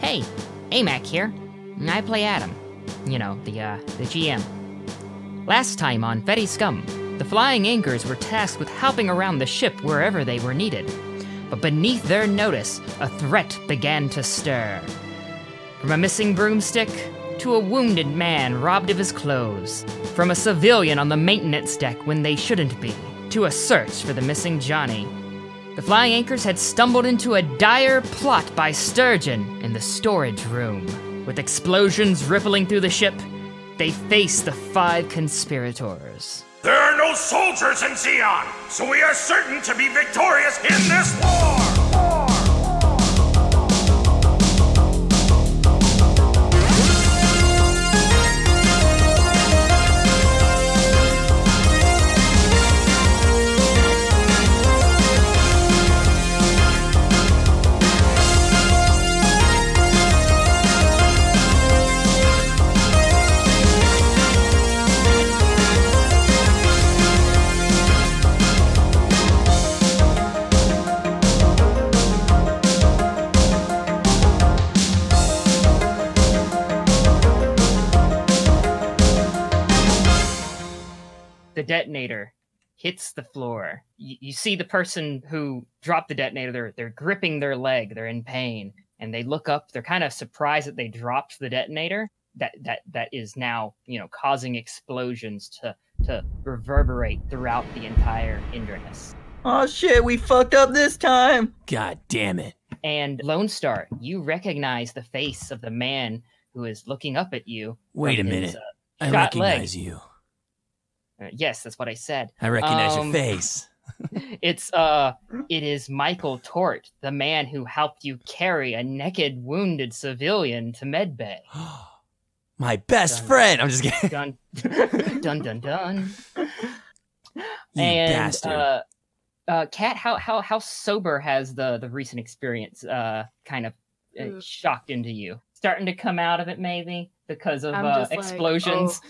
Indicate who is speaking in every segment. Speaker 1: Hey, AMAC here. I play Adam. You know, the, uh, the GM. Last time on Fetty Scum, the flying anchors were tasked with helping around the ship wherever they were needed. But beneath their notice, a threat began to stir. From a missing broomstick, to a wounded man robbed of his clothes, from a civilian on the maintenance deck when they shouldn't be, to a search for the missing Johnny. The flying anchors had stumbled into a dire plot by Sturgeon in the storage room. With explosions rippling through the ship, they faced the five conspirators.
Speaker 2: There are no soldiers in Zeon, so we are certain to be victorious in this war!
Speaker 1: the detonator hits the floor. You, you see the person who dropped the detonator, they're, they're gripping their leg, they're in pain, and they look up, they're kind of surprised that they dropped the detonator. That, that that is now you know causing explosions to to reverberate throughout the entire Inderness.
Speaker 3: Oh shit, we fucked up this time.
Speaker 4: God damn it.
Speaker 1: And Lone Star, you recognize the face of the man who is looking up at you. from
Speaker 4: Wait a
Speaker 1: his,
Speaker 4: minute.
Speaker 1: uh,
Speaker 4: I
Speaker 1: Got
Speaker 4: recognize you.
Speaker 1: uh, yes, that's what I said.
Speaker 4: I recognize
Speaker 1: Um,
Speaker 4: your face.
Speaker 1: It's uh it is Michael Tort, the man who helped you carry a naked wounded civilian to medbay.
Speaker 4: My best
Speaker 1: done.
Speaker 4: friend. I'm just kidding.
Speaker 1: Dun dun dun dun.
Speaker 4: You
Speaker 1: and
Speaker 4: bastard.
Speaker 1: uh uh Kat, how how how sober has the the recent experience uh kind of uh,
Speaker 5: Oof.
Speaker 1: shocked into you? Starting to come out of it maybe because of
Speaker 5: I'm
Speaker 1: uh,
Speaker 5: just like, oh.
Speaker 1: explosions.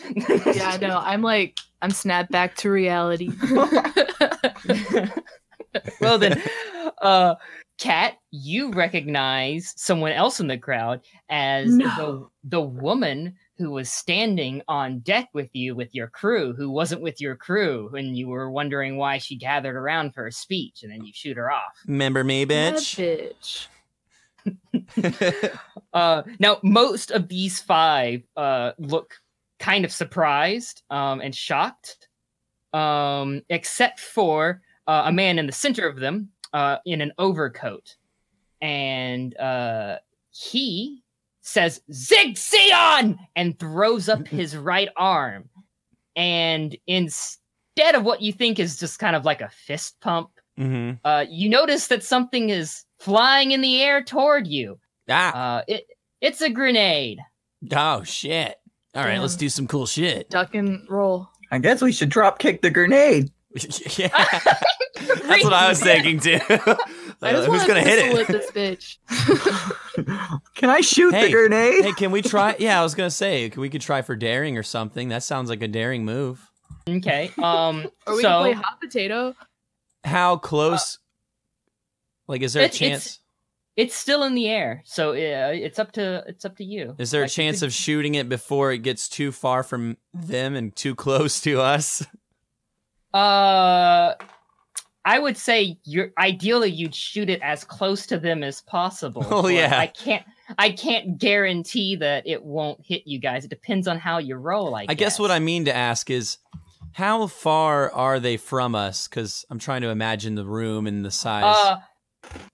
Speaker 5: Yeah, I know. I'm like, I'm snapped back to reality.
Speaker 1: well then uh kat you recognize someone else in the crowd as
Speaker 5: No.
Speaker 1: the the woman who was standing on deck with you with your crew who wasn't with your crew and you were wondering why she gathered around for a speech and then you shoot her off
Speaker 4: Remember me,
Speaker 5: That
Speaker 4: bitch?
Speaker 5: bitch.
Speaker 1: uh now most of these five uh look kind of surprised um and shocked um except for uh, a man in the center of them uh in an overcoat and uh he says zig Zion!" and throws up his right arm and instead of what you think is just kind of like a fist pump
Speaker 4: hmm
Speaker 1: uh you notice that something is flying in the air toward you
Speaker 4: Ah.
Speaker 1: uh, it it's a grenade.
Speaker 4: oh, shit. All right, let's
Speaker 5: Damn.
Speaker 4: do some cool shit.
Speaker 5: Duck and roll.
Speaker 3: I guess we should drop kick the grenade.
Speaker 4: yeah. That's what I was thinking, too.
Speaker 5: I just
Speaker 4: Uh, Who's
Speaker 5: want
Speaker 4: going to
Speaker 5: to
Speaker 4: hit
Speaker 5: With
Speaker 4: it?
Speaker 5: this bitch.
Speaker 3: Can I shoot
Speaker 4: Hey,
Speaker 3: the grenade?
Speaker 4: Hey, can we try? Yeah, I was going to say, we could try for daring or something. That sounds like a daring move.
Speaker 1: Okay. Um.
Speaker 5: or we can
Speaker 1: so
Speaker 5: play hot potato.
Speaker 4: How close? like, is there a
Speaker 1: it's- it's-
Speaker 4: chance?
Speaker 1: it's still in the air, so uh, it's up to it's up to you.
Speaker 4: Is there a
Speaker 1: Like, you
Speaker 4: chance
Speaker 1: could-
Speaker 4: of shooting it before it gets too far from them and too close to us?
Speaker 1: Uh, I would say you're ideally you'd shoot it as close to them as possible.
Speaker 4: Oh,
Speaker 1: but
Speaker 4: yeah.
Speaker 1: I can't. I can't guarantee that it won't hit you guys. It depends on how you roll. I,
Speaker 4: I guess what I mean to ask is how far are they from us? Because I'm trying to imagine the room and the size.
Speaker 1: Uh,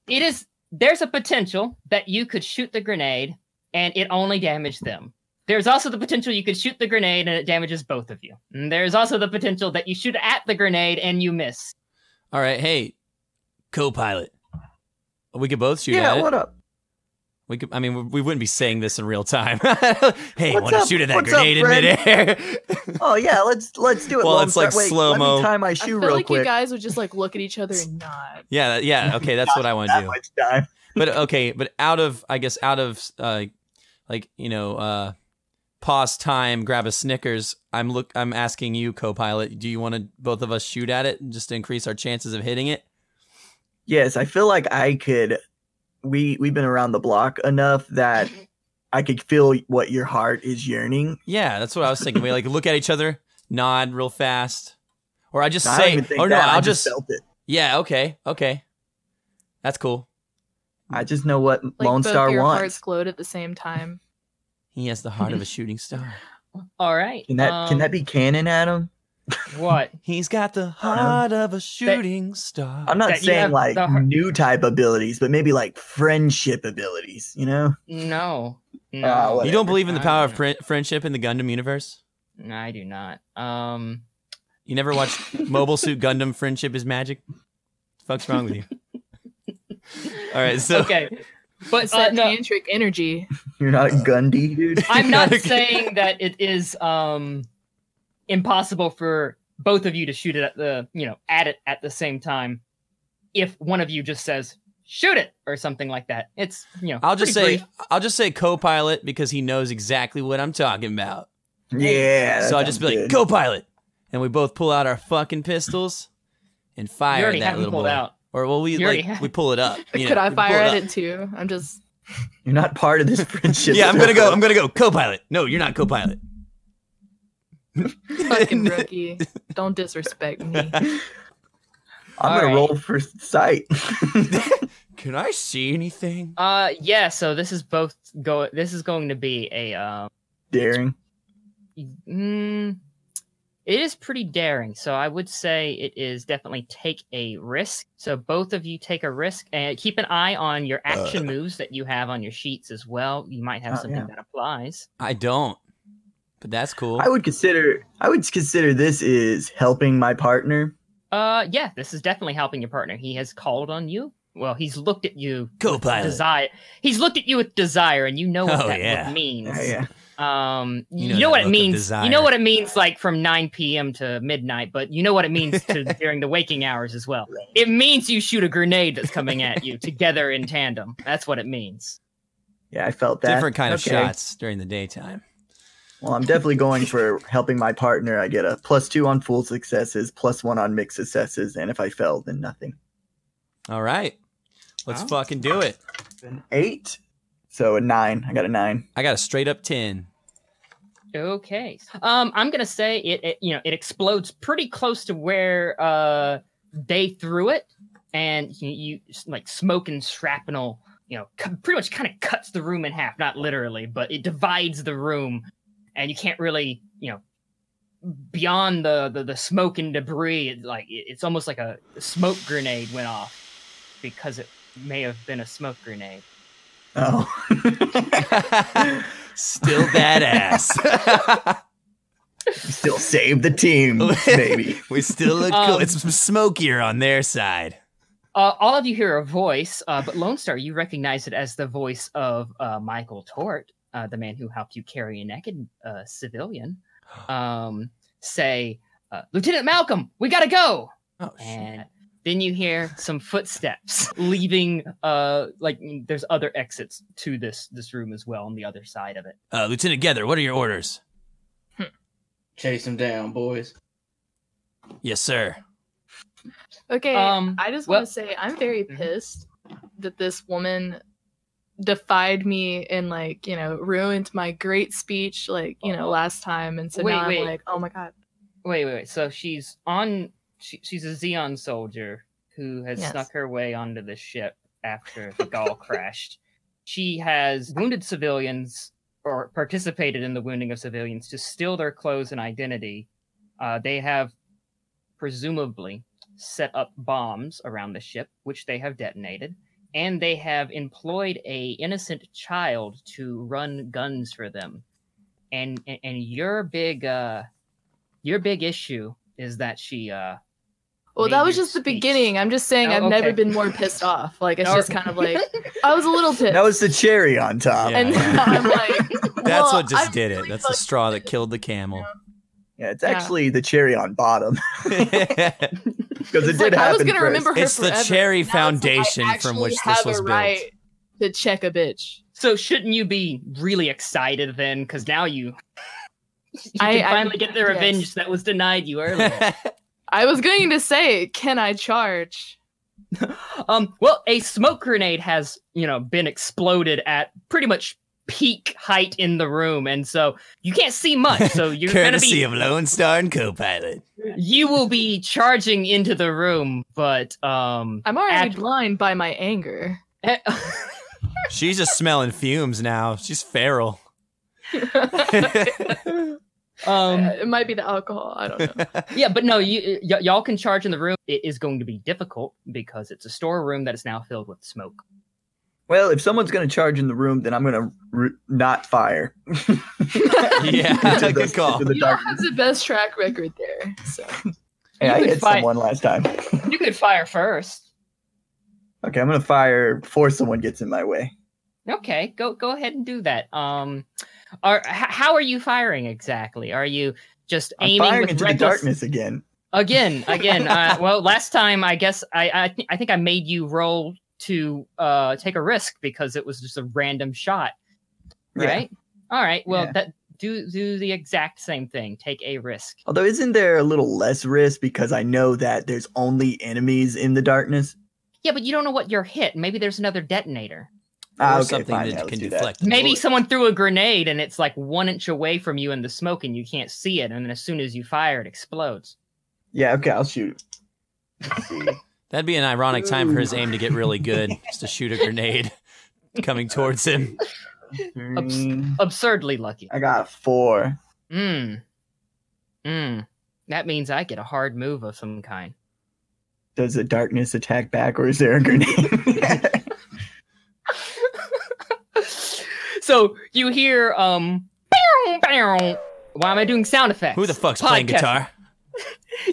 Speaker 1: it is. There's a potential that you could shoot the grenade and it only damaged them. There's also the potential you could shoot the grenade and it damages both of you. And there's also the potential that you shoot at the grenade and you miss.
Speaker 4: All right, hey, co-pilot, we could both shoot
Speaker 3: yeah,
Speaker 4: at it.
Speaker 3: what up?
Speaker 4: We could. I mean, we- we wouldn't be saying this in real time. hey,
Speaker 3: What's
Speaker 4: want to
Speaker 3: up?
Speaker 4: shoot at that
Speaker 3: What's up,
Speaker 4: grenade in
Speaker 3: friend?
Speaker 4: midair?
Speaker 3: Oh yeah, let's let's do it.
Speaker 4: Well,
Speaker 3: Lone
Speaker 4: it's like
Speaker 3: Star. Wait, Let
Speaker 4: slow-mo.
Speaker 3: me time I
Speaker 5: I
Speaker 3: shoe
Speaker 5: feel
Speaker 3: real
Speaker 5: like
Speaker 3: quick.
Speaker 5: you guys would just like look at each other and nod.
Speaker 4: yeah, yeah. Okay, that's what I want to
Speaker 3: that
Speaker 4: do.
Speaker 3: much time.
Speaker 4: but okay, but out of I guess out of uh, like you know uh, pause time, grab a Snickers. I'm look. I'm asking you, co-pilot. Do you want to both of us shoot at it just to increase our chances of hitting it?
Speaker 3: Yes, I feel like I could we we've been around the block enough that I could feel what your heart is yearning.
Speaker 4: Yeah, that's what I was thinking. We like look at each other, nod real fast, or I just
Speaker 3: I don't
Speaker 4: say,
Speaker 3: even think
Speaker 4: "Oh no,
Speaker 3: that, I
Speaker 4: I'll just,
Speaker 3: felt it.
Speaker 4: yeah, okay, okay, that's cool."
Speaker 3: I just know what
Speaker 5: Like
Speaker 3: Lone
Speaker 5: both
Speaker 3: Star
Speaker 5: your
Speaker 3: wants.
Speaker 5: hearts glowed at the same time.
Speaker 4: He has the heart of a shooting star.
Speaker 1: All right.
Speaker 3: Can that can
Speaker 1: um,
Speaker 3: that be canon, Adam?
Speaker 1: what?
Speaker 4: He's got the heart of a shooting star.
Speaker 3: I'm not
Speaker 1: that you have
Speaker 3: saying like
Speaker 1: the heart-
Speaker 3: new type abilities, but maybe like friendship abilities. You know?
Speaker 1: No. No.
Speaker 3: Ah,
Speaker 4: you
Speaker 3: whatever.
Speaker 4: don't believe in the
Speaker 1: I
Speaker 4: power of
Speaker 1: don't.
Speaker 4: fri- friendship in the Gundam universe?
Speaker 1: No, I do not. Um,
Speaker 4: You never watched Mobile Suit Gundam Friendship is Magic? The fuck's wrong with you? All right, so
Speaker 1: okay. But
Speaker 5: It's
Speaker 1: uh,
Speaker 5: that
Speaker 1: no,
Speaker 5: tantric energy.
Speaker 3: You're not Gundy, dude.
Speaker 1: I'm not
Speaker 4: Okay.
Speaker 1: saying that it is um impossible for both of you to shoot it at the you know at it at the same time. If one of you just says "shoot it" or something like that, it's you know.
Speaker 4: I'll just
Speaker 1: pretty
Speaker 4: say I'll just say co-pilot because he knows exactly what I'm talking about.
Speaker 3: yeah. that
Speaker 4: so I'll just be
Speaker 3: sounds
Speaker 4: like,
Speaker 3: good.
Speaker 4: co-pilot, and we both pull out our fucking pistols and
Speaker 1: brief. You
Speaker 4: fire
Speaker 1: already
Speaker 4: that
Speaker 1: have him
Speaker 4: little
Speaker 1: pulled
Speaker 4: boy.
Speaker 1: out.
Speaker 4: Or well, we
Speaker 1: You already
Speaker 4: like
Speaker 1: have-
Speaker 4: we pull it up. you know,
Speaker 5: Could I
Speaker 4: we
Speaker 5: fire
Speaker 4: pull it
Speaker 5: at
Speaker 4: up.
Speaker 5: it too? I'm just
Speaker 3: You're not part of this friendship.
Speaker 4: Yeah, I'm gonna go. I'm gonna go co-pilot. No, you're not co-pilot.
Speaker 5: fucking rookie. Don't disrespect me.
Speaker 3: I'm gonna
Speaker 1: Alright.
Speaker 3: roll for sight.
Speaker 4: Can I see anything?
Speaker 1: Uh, yeah. So this is both go. This is going to be a um.
Speaker 3: Daring.
Speaker 1: Mm, it is pretty daring, so I would say it is definitely take a risk. So both of you take a risk and keep an eye on your
Speaker 4: Uh.
Speaker 1: action moves that you have on your sheets as well. You might have
Speaker 3: Oh,
Speaker 1: something
Speaker 3: yeah.
Speaker 1: that applies.
Speaker 4: I don't. But that's cool.
Speaker 3: I would consider. I would consider this is helping my partner.
Speaker 1: Uh, yeah, this is definitely helping your partner. He has called on you. Well, he's looked at you.
Speaker 4: co-pilot.
Speaker 1: Desire. He's looked at you with desire, and you know what that
Speaker 4: Oh,
Speaker 1: look
Speaker 4: yeah.
Speaker 1: means.
Speaker 3: Yeah, yeah.
Speaker 1: Um, you
Speaker 4: You know
Speaker 1: know,
Speaker 4: that
Speaker 1: what
Speaker 4: look
Speaker 1: it
Speaker 4: of
Speaker 1: means. You
Speaker 4: desire.
Speaker 1: know what it means, like from 9 p.m. to midnight. But you know what it means to during the waking hours as well. It means you shoot a grenade that's coming at you together in tandem. That's what it means.
Speaker 3: Yeah, I felt that.
Speaker 4: Different kind of
Speaker 3: Okay.
Speaker 4: shots during the daytime.
Speaker 3: Well, I'm definitely going for helping my partner. I get a plus two on full successes, plus one on mixed successes, and if I fail, then nothing.
Speaker 4: All right, let's
Speaker 1: Oh.
Speaker 4: fucking do it.
Speaker 3: An eight. So a nine. I got a nine.
Speaker 4: I got a straight up ten.
Speaker 1: Okay. Um, I'm gonna say it, it. You know, it explodes pretty close to where uh they threw it, and you, you like smoke and shrapnel. You know, cu- pretty much kind of cuts the room in half. Not literally, but it divides the room, and you can't really, you know, beyond the the, the smoke and debris. It, like it- it's almost like a smoke grenade went off because it may have been a smoke grenade.
Speaker 3: Oh.
Speaker 4: Still badass.
Speaker 3: Still save the team, baby.
Speaker 4: we still look
Speaker 1: Um,
Speaker 4: cool. It's smokier on their side.
Speaker 1: Uh, all of you hear a voice, uh, but Lone Star, you recognize it as the voice of uh, Michael Tort, uh, the man who helped you carry a naked uh, civilian. Um, say, uh, Lieutenant Malcolm, we gotta go.
Speaker 4: Oh
Speaker 1: And then you hear some footsteps leaving. Uh, like there's other exits to this this room as well on the other side of it.
Speaker 4: Uh, Lieutenant Gether, what are your orders?
Speaker 6: Chase him down, boys.
Speaker 4: Yes, sir.
Speaker 5: Okay,
Speaker 1: Um,
Speaker 5: I just
Speaker 1: well-
Speaker 5: want to say I'm very
Speaker 4: Mm-hmm.
Speaker 1: Mhm.
Speaker 5: pissed that this woman defied me and like you know ruined my great speech like you know
Speaker 4: Oh.
Speaker 1: Uh-oh.
Speaker 5: last time, and so
Speaker 1: Wait,
Speaker 5: now
Speaker 1: wait.
Speaker 5: I'm like, oh my god,
Speaker 1: Wait, wait, wait. So she's on. She, she's a Xeon soldier who has
Speaker 5: Yes.
Speaker 1: snuck her way onto the ship after the Gaul crashed. She has wounded civilians or participated in the wounding of civilians to steal their clothes and identity. Uh, they have presumably set up bombs around the ship, which they have detonated, and they have employed a innocent child to run guns for them. And and, and your big uh, your big issue is that she uh
Speaker 5: well
Speaker 1: Made
Speaker 5: that was
Speaker 1: your
Speaker 5: just the
Speaker 1: speech.
Speaker 5: beginning. I'm just saying
Speaker 1: Oh,
Speaker 5: I've never
Speaker 1: okay.
Speaker 5: been more pissed off. Like it's
Speaker 4: Oh.
Speaker 1: No.
Speaker 5: just kind of like I was a little pissed,
Speaker 3: That was the cherry on top.
Speaker 4: Yeah.
Speaker 3: Yeah,
Speaker 5: and now I'm like,
Speaker 4: That's
Speaker 5: well,
Speaker 4: what just
Speaker 5: I'm
Speaker 4: did it.
Speaker 5: really
Speaker 4: That's the
Speaker 5: fucking
Speaker 4: straw that
Speaker 5: pissed.
Speaker 4: killed the camel.
Speaker 3: it's
Speaker 5: Yeah.
Speaker 3: actually the cherry on bottom
Speaker 4: it's
Speaker 3: because it
Speaker 5: It's
Speaker 3: did
Speaker 5: like,
Speaker 3: happen.
Speaker 5: I was gonna
Speaker 3: first.
Speaker 5: remember her
Speaker 4: the
Speaker 5: forever.
Speaker 4: cherry
Speaker 5: Now it's like, I
Speaker 4: foundation from
Speaker 5: actually
Speaker 4: which this
Speaker 5: have
Speaker 4: was
Speaker 5: a
Speaker 4: built.
Speaker 5: right to check a bitch.
Speaker 1: so shouldn't you be really excited then because now you you
Speaker 5: I-
Speaker 1: can
Speaker 5: I-
Speaker 1: finally get the
Speaker 5: yes.
Speaker 1: revenge that was denied you earlier
Speaker 5: I was going to say, can I charge?
Speaker 1: um, well, a smoke grenade has, you know, been exploded at pretty much peak height in the room, and so you can't see much. So you're gonna
Speaker 4: Courtesy
Speaker 1: be
Speaker 4: of Lone Star and Copilot.
Speaker 1: you will be charging into the room, but um,
Speaker 5: I'm already
Speaker 1: Ad-
Speaker 5: blind by my anger.
Speaker 4: She's just smelling fumes now. She's feral.
Speaker 1: um,
Speaker 5: Uh, it might be the alcohol. I don't know.
Speaker 1: yeah, but no, you y- y'all can charge in the room. It is going to be difficult because it's a storeroom that is now filled with smoke.
Speaker 3: Well, if someone's going to charge in the room, then I'm going to re- not fire.
Speaker 4: yeah,
Speaker 3: Into the-
Speaker 4: good call.
Speaker 3: into the
Speaker 5: you don't
Speaker 3: darkness.
Speaker 5: have the best track record there. So
Speaker 3: Hey, I
Speaker 1: could
Speaker 3: hit
Speaker 1: fight-
Speaker 3: someone last time.
Speaker 1: You could fire first.
Speaker 3: Okay, I'm going to fire before someone gets in my way.
Speaker 1: Okay, go go ahead and do that. Um, are h- how are you firing exactly? Are you just
Speaker 3: I'm
Speaker 1: aiming
Speaker 3: firing
Speaker 1: with
Speaker 3: into
Speaker 1: reckless-
Speaker 3: the darkness again.
Speaker 1: again? Again. uh, well, last time I guess I I, th- I think I made you roll to uh take a risk because it was just a random shot,
Speaker 3: Yeah.
Speaker 1: right? All right. Well,
Speaker 3: Yeah.
Speaker 1: that do do the exact same thing. Take a risk.
Speaker 3: Although, isn't there a little less risk because I know that there's only enemies in the darkness?
Speaker 1: Yeah, but you don't know what you're hit. Maybe there's another detonator.
Speaker 3: Ah,
Speaker 4: or
Speaker 3: okay,
Speaker 4: something
Speaker 3: fine,
Speaker 4: that
Speaker 3: yeah,
Speaker 4: can
Speaker 3: let's do that.
Speaker 4: deflect. the
Speaker 1: Maybe
Speaker 4: bullet.
Speaker 1: someone threw a grenade and it's like one inch away from you in the smoke and you can't see it. And then as soon as you fire, it explodes.
Speaker 3: Yeah, okay, I'll shoot. Let's see.
Speaker 4: That'd be an ironic time for his aim to get really good, just to shoot a grenade coming towards him.
Speaker 3: Three.
Speaker 1: Absurdly lucky.
Speaker 3: Mm, I got a four.
Speaker 1: Mm. Mm. That means I get a hard move of some kind.
Speaker 3: Does the darkness attack back or is there a grenade?
Speaker 1: so you hear um bow, bow. why am I doing sound effects?
Speaker 4: Who the fuck's playing
Speaker 1: Podcast.
Speaker 4: guitar?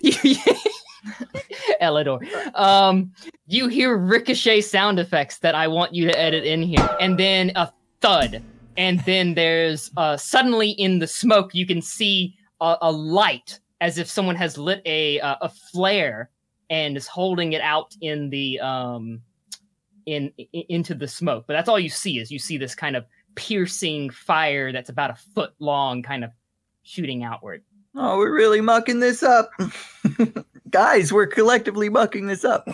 Speaker 1: Elidor. Um you hear ricochet sound effects that I want you to edit in here. And then a thud. And then there's uh suddenly in the smoke you can see a, a light as if someone has lit a uh, a flare and is holding it out in the um in, i into the smoke. But that's all you see is you see this kind of piercing fire that's about a foot long kind of shooting outward.
Speaker 3: oh, we're really mucking this up. Guys, we're collectively mucking this up.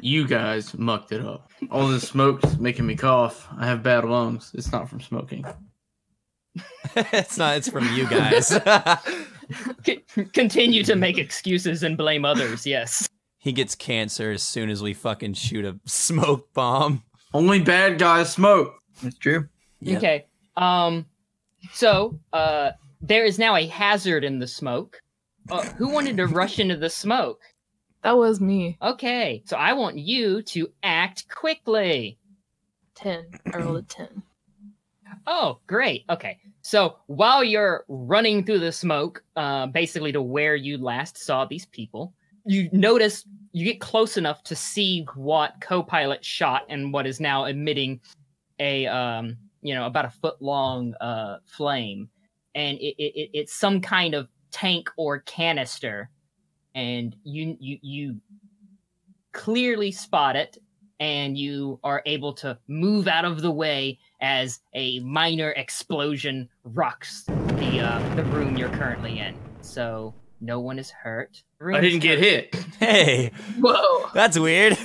Speaker 6: You guys mucked it up. All this smoke's making me cough. I have bad lungs. It's not from smoking.
Speaker 4: it's not. It's from you guys.
Speaker 1: C- continue to make excuses and blame others. Yes.
Speaker 4: he gets cancer as soon as we fucking shoot a smoke bomb.
Speaker 6: Only bad guys smoke.
Speaker 3: That's true.
Speaker 4: Yeah.
Speaker 1: Okay. Um. So, uh, there is now a hazard in the smoke. Uh, who wanted to rush into the smoke?
Speaker 5: that was me.
Speaker 1: Okay. So I want you to act quickly.
Speaker 5: Ten. I rolled a ten.
Speaker 1: Oh, great. Okay. So while you're running through the smoke, uh, basically to where you last saw these people, you notice you get close enough to see what co-pilot shot and what is now emitting a um, you know about a foot long uh, flame, and it, it, it, it's some kind of tank or canister, and you you you clearly spot it, and you are able to move out of the way as a minor explosion rocks the uh, the room you're currently in. So no one is hurt.
Speaker 6: I didn't get hit.
Speaker 4: Hey,
Speaker 5: Whoa.
Speaker 4: that's weird.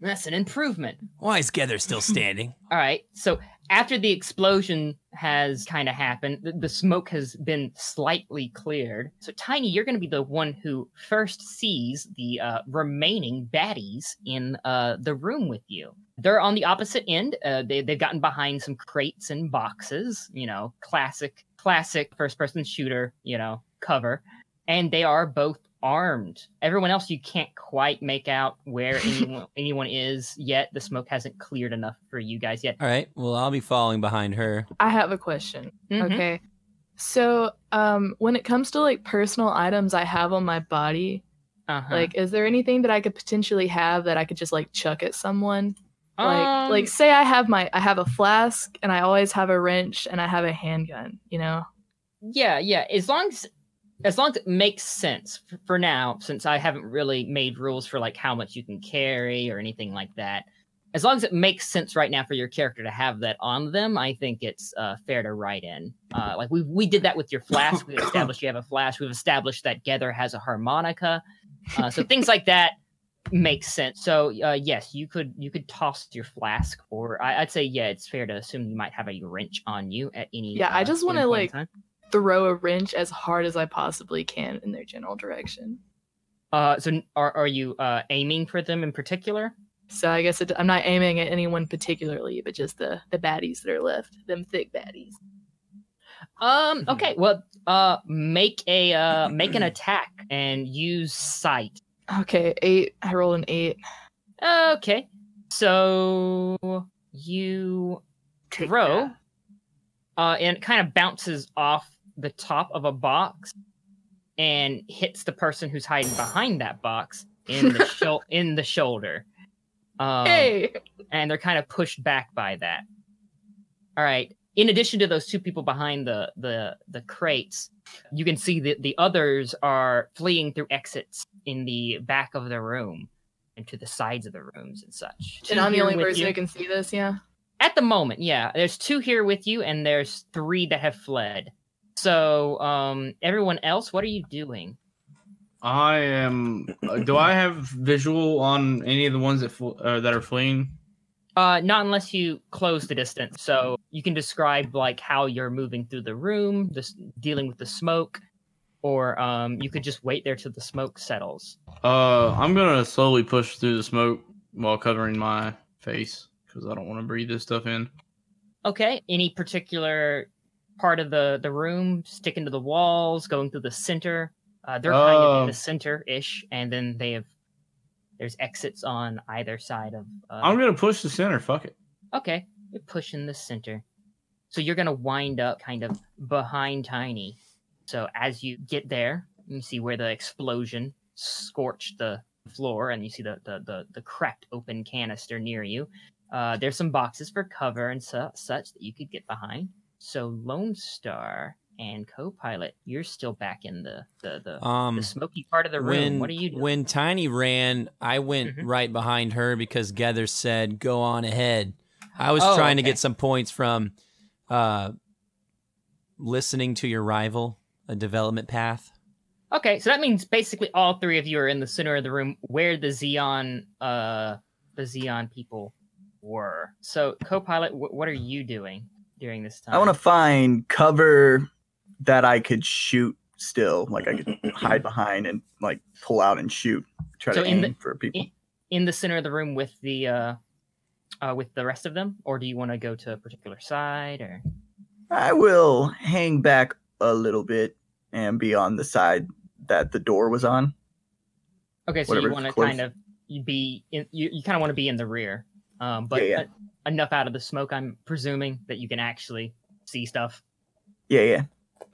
Speaker 1: That's an improvement.
Speaker 4: Why is Gether still standing?
Speaker 1: All right. So after the explosion has kind of happened, the, the smoke has been slightly cleared. So Tiny, you're going to be the one who first sees the uh, remaining baddies in uh, the room with you. They're on the opposite end. Uh, they, they've gotten behind some crates and boxes. You know, classic, classic first-person shooter. You know, cover, and they are both armed. Everyone else you can't quite make out where anyone anyone is yet. The smoke hasn't cleared enough for you guys yet.
Speaker 4: All right. Well, I'll be following behind her.
Speaker 5: I have a question.
Speaker 1: Mhm.
Speaker 5: Okay. So, um, when it comes to like personal items I have on my body,
Speaker 1: Uh-huh.
Speaker 5: like, is there anything that I could potentially have that I could just like chuck at someone?
Speaker 1: Um,
Speaker 5: like, like say I have my I have a flask and I always have a wrench and I have a handgun. You know,
Speaker 1: yeah, yeah. As long as as long as it makes sense f- for now, since I haven't really made rules for like how much you can carry or anything like that. as long as it makes sense right now for your character to have that on them, I think it's uh, fair to write in. Uh, like we we did that with your flask. We've established you have a flask. We've established that Gether has a harmonica. Uh, so things like that makes sense. So uh, yes, you could you could toss your flask, or I, I'd say yeah, it's fair to assume you might have a wrench on you at any.
Speaker 5: Yeah, I
Speaker 1: uh,
Speaker 5: just wanna,
Speaker 1: given point in
Speaker 5: like,
Speaker 1: time.
Speaker 5: Throw a wrench as hard as I possibly can in their general direction.
Speaker 1: Uh, so n- are are you uh, aiming for them in particular?
Speaker 5: So I guess it, I'm not aiming at anyone particularly, but just the the baddies that are left, them thick baddies.
Speaker 1: Um.
Speaker 5: Mm-hmm.
Speaker 1: Okay. Well. Uh. Make a uh. Make an attack and use sight.
Speaker 5: Okay, eight. I rolled an eight.
Speaker 1: Okay. So you
Speaker 5: Take
Speaker 1: throw,
Speaker 5: that.
Speaker 1: uh, and it kind of bounces off the top of a box and hits the person who's hiding behind that box in the shou- in the shoulder. Um,
Speaker 5: hey,
Speaker 1: and they're kind of pushed back by that. All right. In addition to those two people behind the the the crates, you can see that the others are fleeing through exits in the back of the room and to the sides of the rooms and such.
Speaker 5: and
Speaker 1: Two
Speaker 5: I'm the
Speaker 1: here
Speaker 5: only
Speaker 1: with
Speaker 5: person
Speaker 1: you.
Speaker 5: who can see this. Yeah.
Speaker 1: at the moment. Yeah, there's two here with you, and there's three that have fled. So, um, everyone else, what are you doing?
Speaker 6: I am. uh, do I have visual on any of the ones that fl- uh, that are fleeing?
Speaker 1: Uh, not unless you close the distance. So you can describe like how you're moving through the room, this dealing with the smoke, or um, you could just wait there till the smoke settles.
Speaker 6: Uh, I'm gonna slowly push through the smoke while covering my face because I don't want to breathe this stuff in.
Speaker 1: Okay. Any particular part of the the room? Sticking to the walls, going through the center. Uh, they're kind of in
Speaker 6: Um,
Speaker 1: the center ish, and then they have there's exits on either side of. Uh,
Speaker 6: I'm gonna push the center. Fuck it.
Speaker 1: Okay, you're pushing the center. So you're gonna wind up kind of behind Tiny. So as you get there, you see where the explosion scorched the floor, and you see the the the, the cracked open canister near you. Uh, there's some boxes for cover and su- such that you could get behind. So Lone Star and co-pilot, you're still back in the the the,
Speaker 4: Um,
Speaker 1: the smoky part of the room.
Speaker 4: when
Speaker 1: what are you doing?
Speaker 4: when Tiny ran, I went
Speaker 1: Mhm.
Speaker 4: right behind her because Gether said, "Go on ahead." I was
Speaker 1: Oh,
Speaker 4: trying to
Speaker 1: okay.
Speaker 4: get some points from uh, listening to your rival, a development path.
Speaker 1: Okay, so that means basically all three of you are in the center of the room where the Xeon, uh, the Xeon people were. So, co-pilot, wh- what are you doing during this time?
Speaker 3: I want to find cover that I could shoot still, like I could hide behind and like pull out and shoot. Try
Speaker 1: So
Speaker 3: to
Speaker 1: in
Speaker 3: aim
Speaker 1: the-
Speaker 3: for people.
Speaker 1: in the center of the room with the uh, uh, with the rest of them, or do you want to go to a particular side? Or
Speaker 3: I will hang back a little bit and be on the side that the door was on.
Speaker 1: okay, so
Speaker 3: Whatever's
Speaker 1: you want to
Speaker 3: close.
Speaker 1: kind of you be in, you, you kind of want to be in the rear, um, but
Speaker 3: Yeah, yeah.
Speaker 1: uh, enough out of the smoke, I'm presuming that you can actually see stuff.
Speaker 3: Yeah, yeah.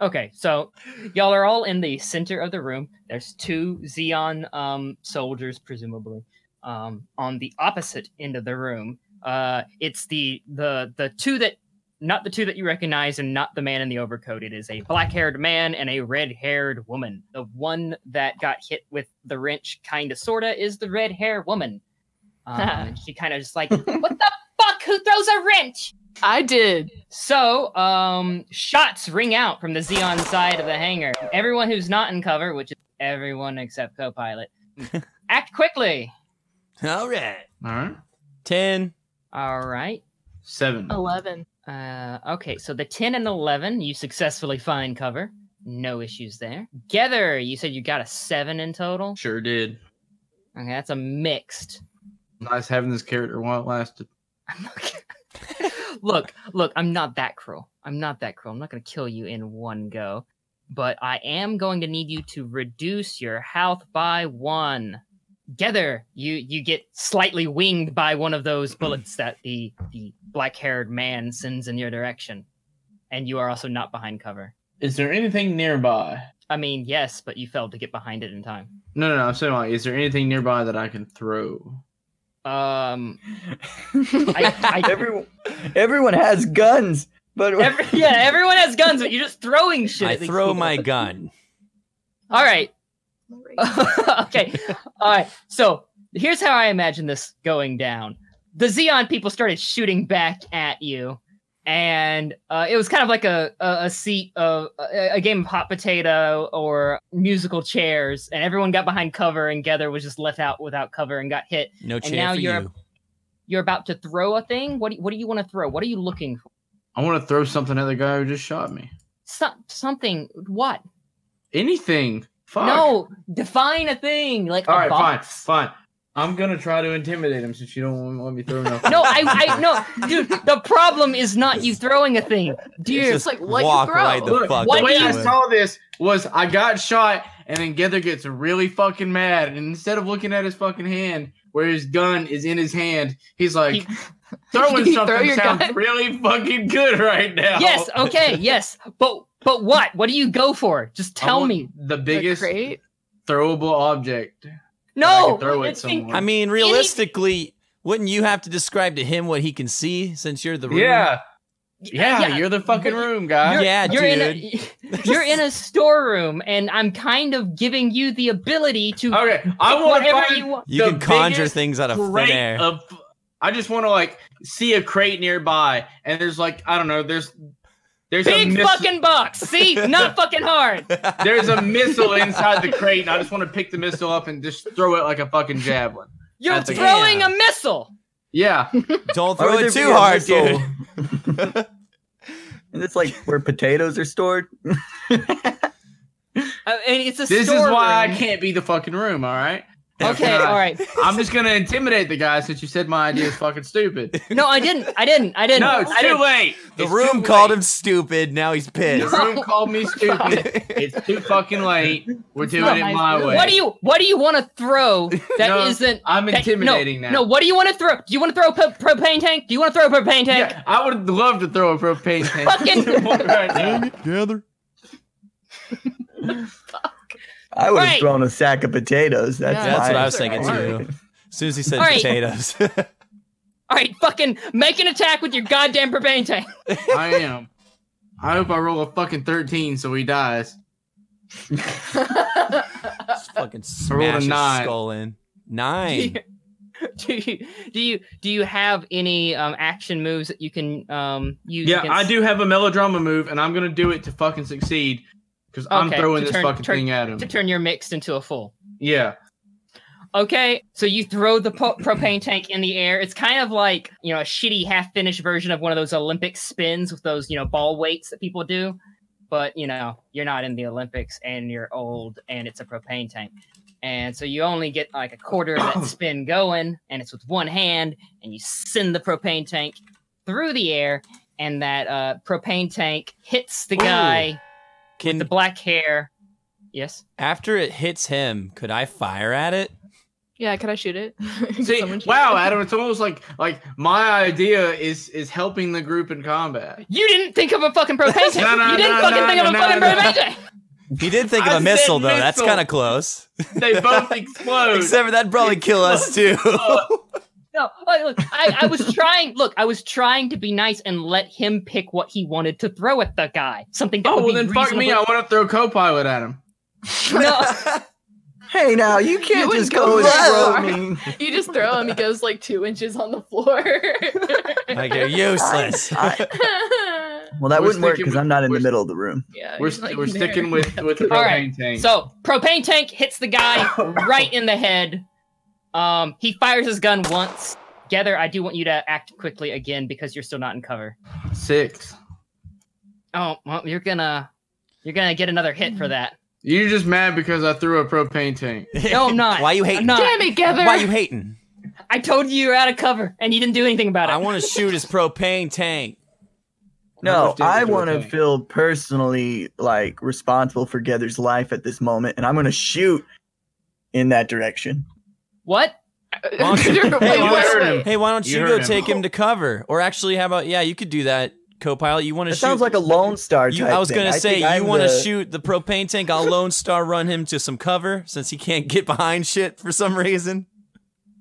Speaker 1: Okay, so y'all are all in the center of the room. There's two Xeon um, soldiers, presumably, um, on the opposite end of the room. Uh, it's the the the two that not the two that you recognize, and not the man in the overcoat. It is a black-haired man and a red-haired woman. The one that got hit with the wrench, kind of sorta, is the red-haired woman. Um, and she kind of just like, what the fuck? Who throws a wrench?
Speaker 5: I did.
Speaker 1: So, um, shots ring out from the Xeon side of the hangar. Everyone who's not in cover, which is everyone except co pilot, act quickly.
Speaker 4: All right,
Speaker 6: All right.
Speaker 4: ten.
Speaker 1: All right.
Speaker 6: Seven.
Speaker 5: Oh. Eleven.
Speaker 1: Uh, okay, so the 10 and 11, you successfully find cover. No issues there. Gether, you said you got a 7 in total.
Speaker 6: Sure did.
Speaker 1: Okay, that's a mixed.
Speaker 6: Nice having this character while it lasted.
Speaker 1: look, look, I'm not that cruel. I'm not that cruel. I'm not going to kill you in one go. But I am going to need you to reduce your health by one. Gether, you you get slightly winged by one of those bullets that the the black-haired man sends in your direction, and you are also not behind cover.
Speaker 6: Is there anything nearby?
Speaker 1: I mean, yes, but you failed to get behind it in time.
Speaker 6: No, no, no. I'm saying like, is there anything nearby that I can throw?
Speaker 1: Um, I, I,
Speaker 3: Everyone, everyone has guns, but
Speaker 1: every, yeah, everyone has guns, but you're just throwing shit.
Speaker 4: I
Speaker 1: at these
Speaker 4: throw
Speaker 1: people.
Speaker 4: my gun.
Speaker 1: All right, okay. All right. So here's how I imagine this going down. the Xeon people started shooting back at you, and uh, it was kind of like a a, a seat of a, a game of hot potato or musical chairs, and everyone got behind cover, and Gether was just left out without cover and got hit.
Speaker 4: No chair
Speaker 1: now
Speaker 4: for
Speaker 1: you're-
Speaker 4: you.
Speaker 1: You're about to throw a thing. What do, what do you want to throw? What are you looking for?
Speaker 6: I want to throw something at the guy who just shot me.
Speaker 1: Some, something. What?
Speaker 6: Anything. Fuck.
Speaker 1: No, define a thing like
Speaker 6: All
Speaker 1: a
Speaker 6: right, fine,
Speaker 1: box.
Speaker 6: fine. I'm gonna try to intimidate him since you don't want me throwing nothing.
Speaker 1: No, I, I no, dude. The problem is not you throwing a thing,
Speaker 5: It's
Speaker 1: dude.
Speaker 5: just like what you
Speaker 4: walk
Speaker 5: throw.
Speaker 4: right the
Speaker 6: Look,
Speaker 4: fuck
Speaker 1: what
Speaker 6: the way
Speaker 1: do
Speaker 6: I
Speaker 4: you-
Speaker 6: saw this was I got shot, and then Gether gets really fucking mad, and instead of looking at his fucking hand where his gun is in his hand, he's like,
Speaker 1: He-
Speaker 6: throwing
Speaker 5: You throw
Speaker 6: something
Speaker 5: your
Speaker 6: sounds
Speaker 5: gun?
Speaker 6: really fucking good right now.
Speaker 1: Yes. Okay. Yes. But but what? What do you go for? Just
Speaker 6: I
Speaker 1: tell
Speaker 6: want
Speaker 1: me.
Speaker 6: the
Speaker 5: The
Speaker 6: biggest
Speaker 5: crate?
Speaker 6: throwable object. I
Speaker 1: No.
Speaker 6: can throw it
Speaker 1: it's in-
Speaker 6: somewhere.
Speaker 4: I mean, realistically, wouldn't you have to describe to him what he can see since you're the room?
Speaker 6: Yeah, yeah,
Speaker 1: yeah,
Speaker 6: you're the fucking room guy.
Speaker 1: You're,
Speaker 4: Yeah,
Speaker 1: you're in a,
Speaker 4: dude.
Speaker 1: you're in a storeroom, and I'm kind of giving you the ability to
Speaker 6: Okay, I
Speaker 1: pick
Speaker 6: want to
Speaker 1: whatever
Speaker 6: find
Speaker 1: you want.
Speaker 4: You
Speaker 6: The
Speaker 4: can conjure
Speaker 6: biggest
Speaker 4: things out of thin
Speaker 6: crate
Speaker 4: air.
Speaker 6: of I just want to like see a crate nearby, and there's like I don't know, there's there's a
Speaker 1: Big
Speaker 6: mis-
Speaker 1: fucking box. See, not fucking hard.
Speaker 6: there's a missile inside the crate, and I just want to pick the missile up and just throw it like a fucking javelin.
Speaker 1: You're
Speaker 6: That's a-
Speaker 1: throwing a missile.
Speaker 6: Yeah,
Speaker 4: Don't
Speaker 3: Why
Speaker 4: throw
Speaker 3: would
Speaker 4: it
Speaker 3: there
Speaker 4: too
Speaker 3: be a
Speaker 4: hard,
Speaker 3: missile?
Speaker 4: dude.
Speaker 3: And it's like where potatoes are stored.
Speaker 1: Uh, and it's a
Speaker 6: this is
Speaker 1: storeroom.
Speaker 6: why I can't be the fucking room. All right,
Speaker 1: Okay. All right.
Speaker 6: I'm just gonna intimidate the guy since you said my idea is fucking stupid.
Speaker 1: No, I didn't. I didn't. I didn't.
Speaker 6: No, it's
Speaker 1: I
Speaker 6: too
Speaker 1: didn't.
Speaker 6: late.
Speaker 4: The
Speaker 6: It's
Speaker 4: room
Speaker 6: too
Speaker 4: called
Speaker 6: late.
Speaker 4: him stupid. Now he's
Speaker 6: The
Speaker 4: pissed.
Speaker 6: room called me stupid. it's too fucking late. We're doing it my way.
Speaker 1: What do you What do you want to throw that
Speaker 6: No,
Speaker 1: not
Speaker 6: I'm
Speaker 1: that-
Speaker 6: intimidating
Speaker 1: no,
Speaker 6: now.
Speaker 1: No, what do you want to throw? Do you want to throw a pro- propane tank? Do you want to throw a propane tank?
Speaker 6: Yeah, I would love to throw a propane tank.
Speaker 1: Fucking-
Speaker 6: Right now.
Speaker 4: Gather.
Speaker 3: I would have
Speaker 1: Right.
Speaker 3: thrown a sack of potatoes. That's,
Speaker 5: Yeah,
Speaker 4: That's
Speaker 3: my
Speaker 4: what I was
Speaker 5: Sorry.
Speaker 4: thinking too. As soon as he said
Speaker 1: All right.
Speaker 4: potatoes.
Speaker 1: All right, fucking make an attack with your goddamn propane tank.
Speaker 6: I am. I hope I roll a fucking 13 so he dies.
Speaker 4: Just fucking
Speaker 6: I rolled a
Speaker 4: smash his
Speaker 6: nine.
Speaker 4: skull in. Nine.
Speaker 1: do you do you do you have any um, action moves that you can um use?
Speaker 6: Yeah,
Speaker 1: against-
Speaker 6: I do have a melodrama move, and I'm going to do it to fucking succeed because I'm
Speaker 1: Okay,
Speaker 6: throwing
Speaker 1: to
Speaker 6: this
Speaker 1: turn-
Speaker 6: fucking
Speaker 1: turn-
Speaker 6: thing at him.
Speaker 1: to turn your mixed into a full.
Speaker 6: yeah.
Speaker 1: Okay, so you throw the po- propane tank in the air. It's kind of like you know a shitty half-finished version of one of those Olympic spins with those you know ball weights that people do, but you know you're not in the Olympics and you're old and it's a propane tank, and so you only get like a quarter of that spin going, and it's with one hand, and you send the propane tank through the air, and that uh, propane tank hits the guy,
Speaker 4: Can
Speaker 1: the black hair. Yes.
Speaker 4: after it hits him, could I fire at it?
Speaker 5: yeah, could I shoot it? Could
Speaker 6: See,
Speaker 5: someone shoot
Speaker 6: wow,
Speaker 5: it?
Speaker 6: Adam, it's almost like like my idea is is helping the group in combat.
Speaker 1: You didn't think of a fucking propane tank.
Speaker 6: No, no,
Speaker 1: you didn't
Speaker 6: no,
Speaker 1: fucking
Speaker 6: no,
Speaker 1: think of a
Speaker 6: no,
Speaker 1: fucking
Speaker 6: no.
Speaker 1: propane tank.
Speaker 4: He did think
Speaker 6: I
Speaker 4: of a
Speaker 6: said
Speaker 4: missile though. That's
Speaker 6: missile.
Speaker 4: kind of close.
Speaker 6: They both explode.
Speaker 4: Except for that'd probably kill us too.
Speaker 1: No, like, look, I, I was trying. Look, I was trying to be nice and let him pick what he wanted to throw at the guy. Something that
Speaker 6: oh,
Speaker 1: would
Speaker 6: well,
Speaker 1: be
Speaker 6: then fuck me. I
Speaker 1: reasonable-
Speaker 6: want to throw Copilot at him.
Speaker 1: No,
Speaker 3: Hey, now you can't
Speaker 5: wouldn't
Speaker 3: just
Speaker 5: go
Speaker 3: go and
Speaker 5: that
Speaker 3: throw
Speaker 5: far.
Speaker 3: me.
Speaker 5: You just throw him. He goes like two inches on the floor.
Speaker 4: like you're useless.
Speaker 3: I- well, that
Speaker 6: We're
Speaker 3: wouldn't work
Speaker 6: sticking
Speaker 3: because
Speaker 6: with-
Speaker 3: I'm not in the
Speaker 6: we're-
Speaker 3: middle of the room.
Speaker 1: Uh,
Speaker 5: yeah,
Speaker 6: We're,
Speaker 5: he's, like,
Speaker 6: we're
Speaker 5: in
Speaker 6: sticking
Speaker 5: there.
Speaker 6: with with the propane
Speaker 1: All right,
Speaker 6: tank.
Speaker 1: so propane tank hits the guy right in the head. Um, he fires his gun once. Gether, I do want you to act quickly again because you're still not in cover.
Speaker 6: Six.
Speaker 1: Oh, well, you're gonna, you're gonna get another hit for that.
Speaker 6: You're just mad because I threw a propane tank.
Speaker 1: No, I'm not.
Speaker 4: Why you
Speaker 1: I'm
Speaker 4: hating?
Speaker 1: not.
Speaker 5: Damn it, Gather.
Speaker 4: Why you hating?
Speaker 1: I told you you're out of cover, and you didn't do anything about it.
Speaker 4: I want to shoot his propane tank.
Speaker 6: How
Speaker 3: No,
Speaker 6: much damage
Speaker 3: I
Speaker 6: do
Speaker 3: want to
Speaker 6: think?
Speaker 3: feel personally like responsible for Gether's life at this moment, and I'm going to shoot in that direction.
Speaker 1: what?
Speaker 5: You're
Speaker 4: Hey,
Speaker 5: way
Speaker 4: why
Speaker 5: worse.
Speaker 4: don't, hey, why don't
Speaker 6: You
Speaker 4: you,
Speaker 6: heard
Speaker 4: go
Speaker 6: him.
Speaker 4: take him to cover? Or actually, how about yeah, you could do that, co-pilot. You want to
Speaker 3: It
Speaker 4: shoot?
Speaker 3: sounds like a Lone Star
Speaker 4: you,
Speaker 3: type
Speaker 4: I was
Speaker 3: thing.
Speaker 4: gonna say
Speaker 3: think
Speaker 4: you
Speaker 3: I'm
Speaker 4: want to
Speaker 3: the-
Speaker 4: shoot the propane tank. I'll Lone Star run him to some cover since he can't get behind shit for some reason.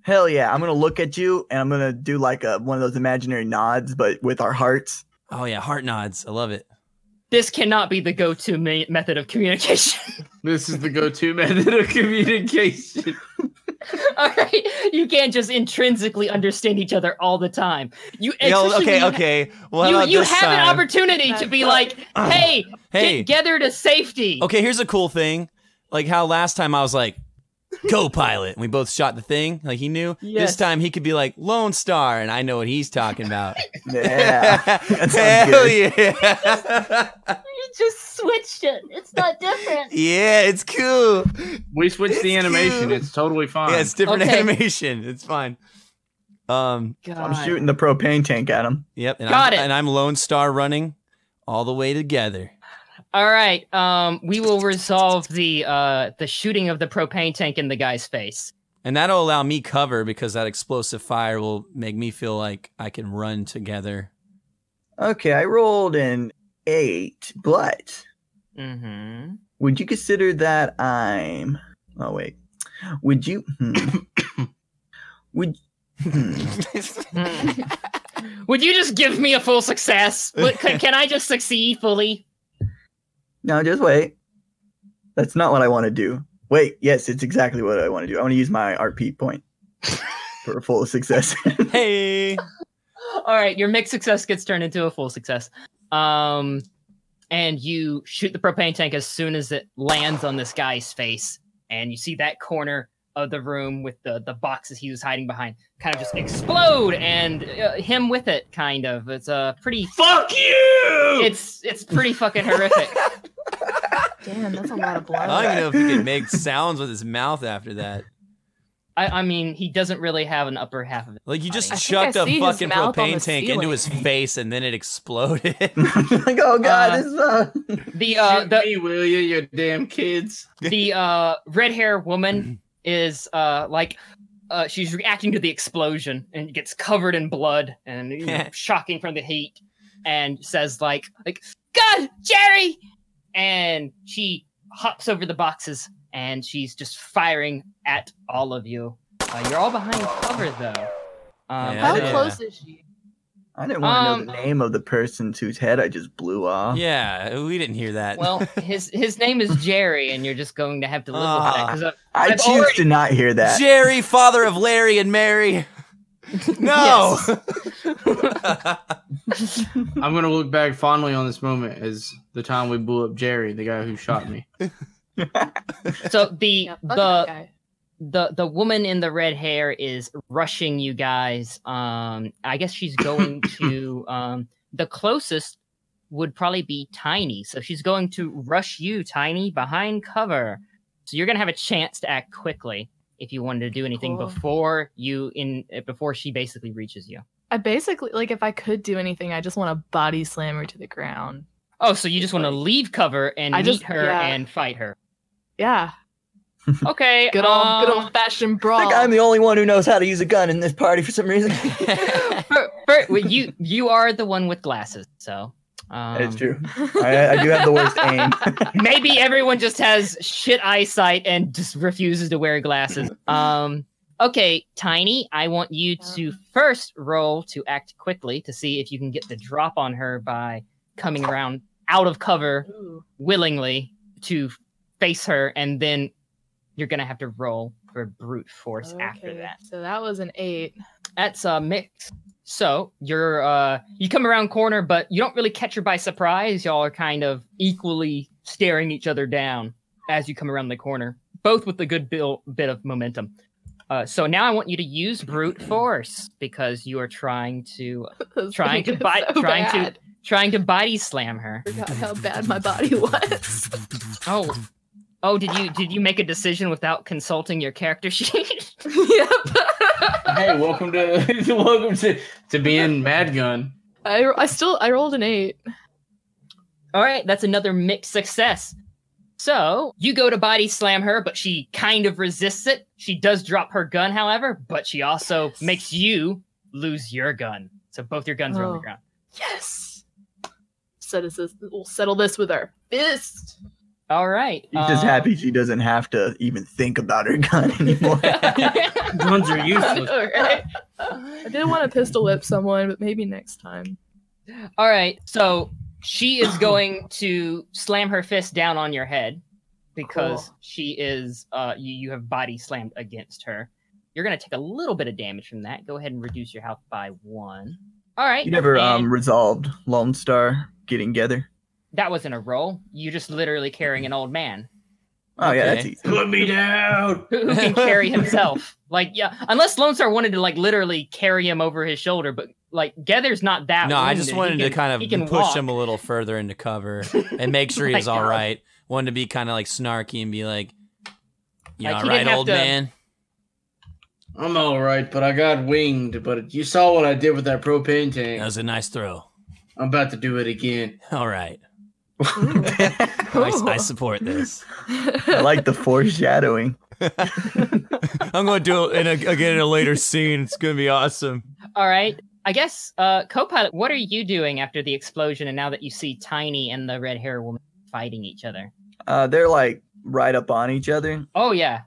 Speaker 3: Hell yeah! I'm going to look at you, and I'm going to do like a one of those imaginary nods, but with our hearts.
Speaker 4: Oh yeah, heart nods. I love it.
Speaker 1: This cannot be the go-to me- method of communication.
Speaker 6: This is the go-to method of communication.
Speaker 1: All right, you can't just intrinsically understand each other all the time. You
Speaker 4: Yeah, well,
Speaker 1: especially
Speaker 4: okay,
Speaker 1: when you-
Speaker 4: okay. Well, how
Speaker 1: you
Speaker 4: about
Speaker 1: you
Speaker 4: this
Speaker 1: have an
Speaker 4: time?
Speaker 1: opportunity to be like, hey,
Speaker 4: Hey.
Speaker 1: get Gether to safety.
Speaker 4: Okay, here's a cool thing. Like how last time I was like, "Go pilot," and we both shot the thing. Like he knew. This
Speaker 1: Yes.
Speaker 4: time he could be like Lone Star, and I know what he's talking about.
Speaker 3: Yeah. That sounds
Speaker 4: Hell
Speaker 3: good.
Speaker 4: yeah!
Speaker 1: You just switched it. It's not different.
Speaker 4: yeah, it's cool.
Speaker 6: We switched the
Speaker 4: It's
Speaker 6: animation.
Speaker 4: cute.
Speaker 6: It's totally fine.
Speaker 4: Yeah, it's different
Speaker 1: Okay.
Speaker 4: animation. It's fine. Um.
Speaker 3: I'm shooting the propane tank at him.
Speaker 4: Yep. And
Speaker 1: Got
Speaker 4: I'm,
Speaker 1: it.
Speaker 4: And I'm Lone Star running all the way together.
Speaker 1: All right. Um, we will resolve the uh the shooting of the propane tank in the guy's face.
Speaker 4: And that'll allow me cover because that explosive fire will make me feel like I can run together.
Speaker 3: Okay, I rolled an eight, but
Speaker 1: Mm-hmm.
Speaker 3: would you consider that I'm? Oh wait, would you? Hmm. would hmm.
Speaker 1: Would you just give me a full success? Would- can, can I just succeed fully?
Speaker 3: no? Just wait. That's not what I want to do. Wait, yes, it's exactly what I want to do. I want to use my RP point for a full success.
Speaker 4: hey.
Speaker 1: All right, your mixed success gets turned into a full success. Um, and you shoot the propane tank as soon as it lands on this guy's face, and you see that corner of the room with the the boxes he was hiding behind kind of just explode, and uh, him with it. Kind of, it's a pretty.
Speaker 6: Fuck you!
Speaker 1: It's it's pretty fucking horrific.
Speaker 5: Damn, that's a lot of
Speaker 4: I
Speaker 5: blood.
Speaker 4: don't even know if he can make sounds with his mouth after that.
Speaker 1: I, I mean, he doesn't really have an upper half of it.
Speaker 4: Like you just
Speaker 5: I think
Speaker 4: chucked
Speaker 5: I
Speaker 4: a
Speaker 5: see his
Speaker 4: fucking
Speaker 5: mouth on the
Speaker 4: propane tank into his face and then it exploded.
Speaker 3: like, oh god,
Speaker 1: Uh,
Speaker 3: this is. Uh...
Speaker 1: The uh,
Speaker 6: Shoot
Speaker 1: the
Speaker 6: me, will you, you damn kids?
Speaker 1: the uh, red hair
Speaker 4: Mm-hmm.
Speaker 1: woman is uh, like uh, she's reacting to the explosion and gets covered in blood and you know, shocking from the heat and says like like God Jerry and she hops over the boxes and she's just firing at all of you. Uh, you're all behind cover though. Um,
Speaker 4: Yeah,
Speaker 5: How
Speaker 4: yeah.
Speaker 5: close is she?
Speaker 3: I didn't want
Speaker 1: Um,
Speaker 3: to know the name of the person whose head I just blew off.
Speaker 4: yeah, we didn't hear that.
Speaker 1: Well, his his name is Jerry, and you're just going to have to live with that
Speaker 4: Ah.
Speaker 1: 'cause uh, of-
Speaker 3: I
Speaker 1: I've
Speaker 3: choose
Speaker 1: already-
Speaker 3: to not hear that.
Speaker 4: Jerry, father of Larry and Mary. No.
Speaker 6: I'm gonna look back fondly on this moment as the time we blew up Jerry, the guy who shot me.
Speaker 1: so the
Speaker 5: Yeah, fuck that
Speaker 1: the
Speaker 5: guy.
Speaker 1: the the woman in the red hair is rushing you guys. Um, I guess she's going to um the closest would probably be Tiny, so she's going to rush you, Tiny, behind cover. So you're gonna have a chance to act quickly if you wanted to do anything
Speaker 5: Cool.
Speaker 1: before you in eh, before she basically reaches you.
Speaker 5: I basically like if I could do anything, I just want to body slam her to the ground.
Speaker 1: Oh, so you just want to leave cover and
Speaker 5: I
Speaker 1: meet
Speaker 5: just-
Speaker 1: her
Speaker 5: yeah.
Speaker 1: and fight her?
Speaker 5: Yeah,
Speaker 1: Okay,
Speaker 5: good old good
Speaker 1: um,
Speaker 5: old fashioned
Speaker 3: I
Speaker 5: brawl.
Speaker 3: think I'm the only one who knows how to use a gun in this party for some reason.
Speaker 1: Fir- fir- well, you you are the one with glasses, so um,
Speaker 3: It's true. I, I do have the worst aim.
Speaker 1: Maybe everyone just has shit eyesight and just refuses to wear glasses. Um, okay, Tiny, I want you to first roll to act quickly to see if you can get the drop on her by coming around out of cover
Speaker 5: Ooh.
Speaker 1: willingly to face her, and then you're gonna have to roll for brute force after
Speaker 5: Okay,
Speaker 1: that.
Speaker 5: So that was an eight.
Speaker 1: That's a mix. So you're uh you come around corner, but you don't really catch her by surprise. Y'all are kind of equally staring each other down as you come around the corner, both with a good bil- bit of momentum. Uh, so now I want you to use brute force because you are trying to
Speaker 5: This
Speaker 1: Trying to
Speaker 5: thing is
Speaker 1: bite-
Speaker 5: so
Speaker 1: trying to-
Speaker 5: bad.
Speaker 1: trying to body slam her.
Speaker 5: I forgot how bad my body was.
Speaker 1: Oh, oh, did you did you make a decision without consulting your character sheet?
Speaker 5: yep.
Speaker 6: hey, welcome to welcome to to being Mad Gun.
Speaker 5: I, I still I rolled an eight.
Speaker 1: All right, that's another mixed success. So you go to body slam her, but she kind of resists it. She does drop her gun, however, but she also
Speaker 5: Yes.
Speaker 1: makes you lose your gun. So both your guns are on the
Speaker 5: Oh.
Speaker 1: ground.
Speaker 5: Yes. Settle this. We'll settle this with our fist.
Speaker 1: All right.
Speaker 3: She's just
Speaker 1: uh,
Speaker 3: happy she doesn't have to even think about her gun anymore.
Speaker 6: Guns are useless.
Speaker 5: All right. I did want to pistol whip someone, but maybe next time.
Speaker 1: All right. So she is going to slam her fist down on your head. because
Speaker 5: Cool.
Speaker 1: she is uh you, you have body slammed against her. You're gonna take a little bit of damage from that. Go ahead and reduce your health by one. All right.
Speaker 3: You never
Speaker 1: and
Speaker 3: um resolved Lone Star getting together.
Speaker 1: that wasn't a roll. You just literally carrying an old man
Speaker 3: Oh yeah,
Speaker 4: Okay.
Speaker 3: that's easy.
Speaker 6: Put me down.
Speaker 1: who, who can carry himself. Like yeah, unless Lone Star wanted to like literally carry him over his shoulder, but like Gather's not that.
Speaker 4: no, I
Speaker 1: wounded.
Speaker 4: just
Speaker 1: He
Speaker 4: wanted to
Speaker 1: can-
Speaker 4: kind
Speaker 1: he
Speaker 4: of
Speaker 1: can
Speaker 4: push
Speaker 1: walk. Oh
Speaker 4: him a little further into cover and make sure he
Speaker 1: My
Speaker 4: was all
Speaker 1: God.
Speaker 4: right. Wanted to be kind of like snarky and be like, "You
Speaker 1: Like,
Speaker 4: all
Speaker 1: he didn't
Speaker 4: right,
Speaker 1: have
Speaker 4: old
Speaker 1: to-
Speaker 4: man?
Speaker 6: I'm all right, but I got winged. But you saw what I did with that propane tank.
Speaker 4: That was a nice throw.
Speaker 6: I'm about to do it again.
Speaker 4: All right,
Speaker 3: I
Speaker 4: I, I support this.
Speaker 3: like the foreshadowing.
Speaker 4: I'm going to do it in a, again in a later scene. It's going to be awesome.
Speaker 1: All right. I guess, uh, co-pilot, what are you doing after the explosion and now that you see Tiny and the red hair woman fighting each other?
Speaker 3: Uh, they're like right up on each other.
Speaker 1: Oh, yeah.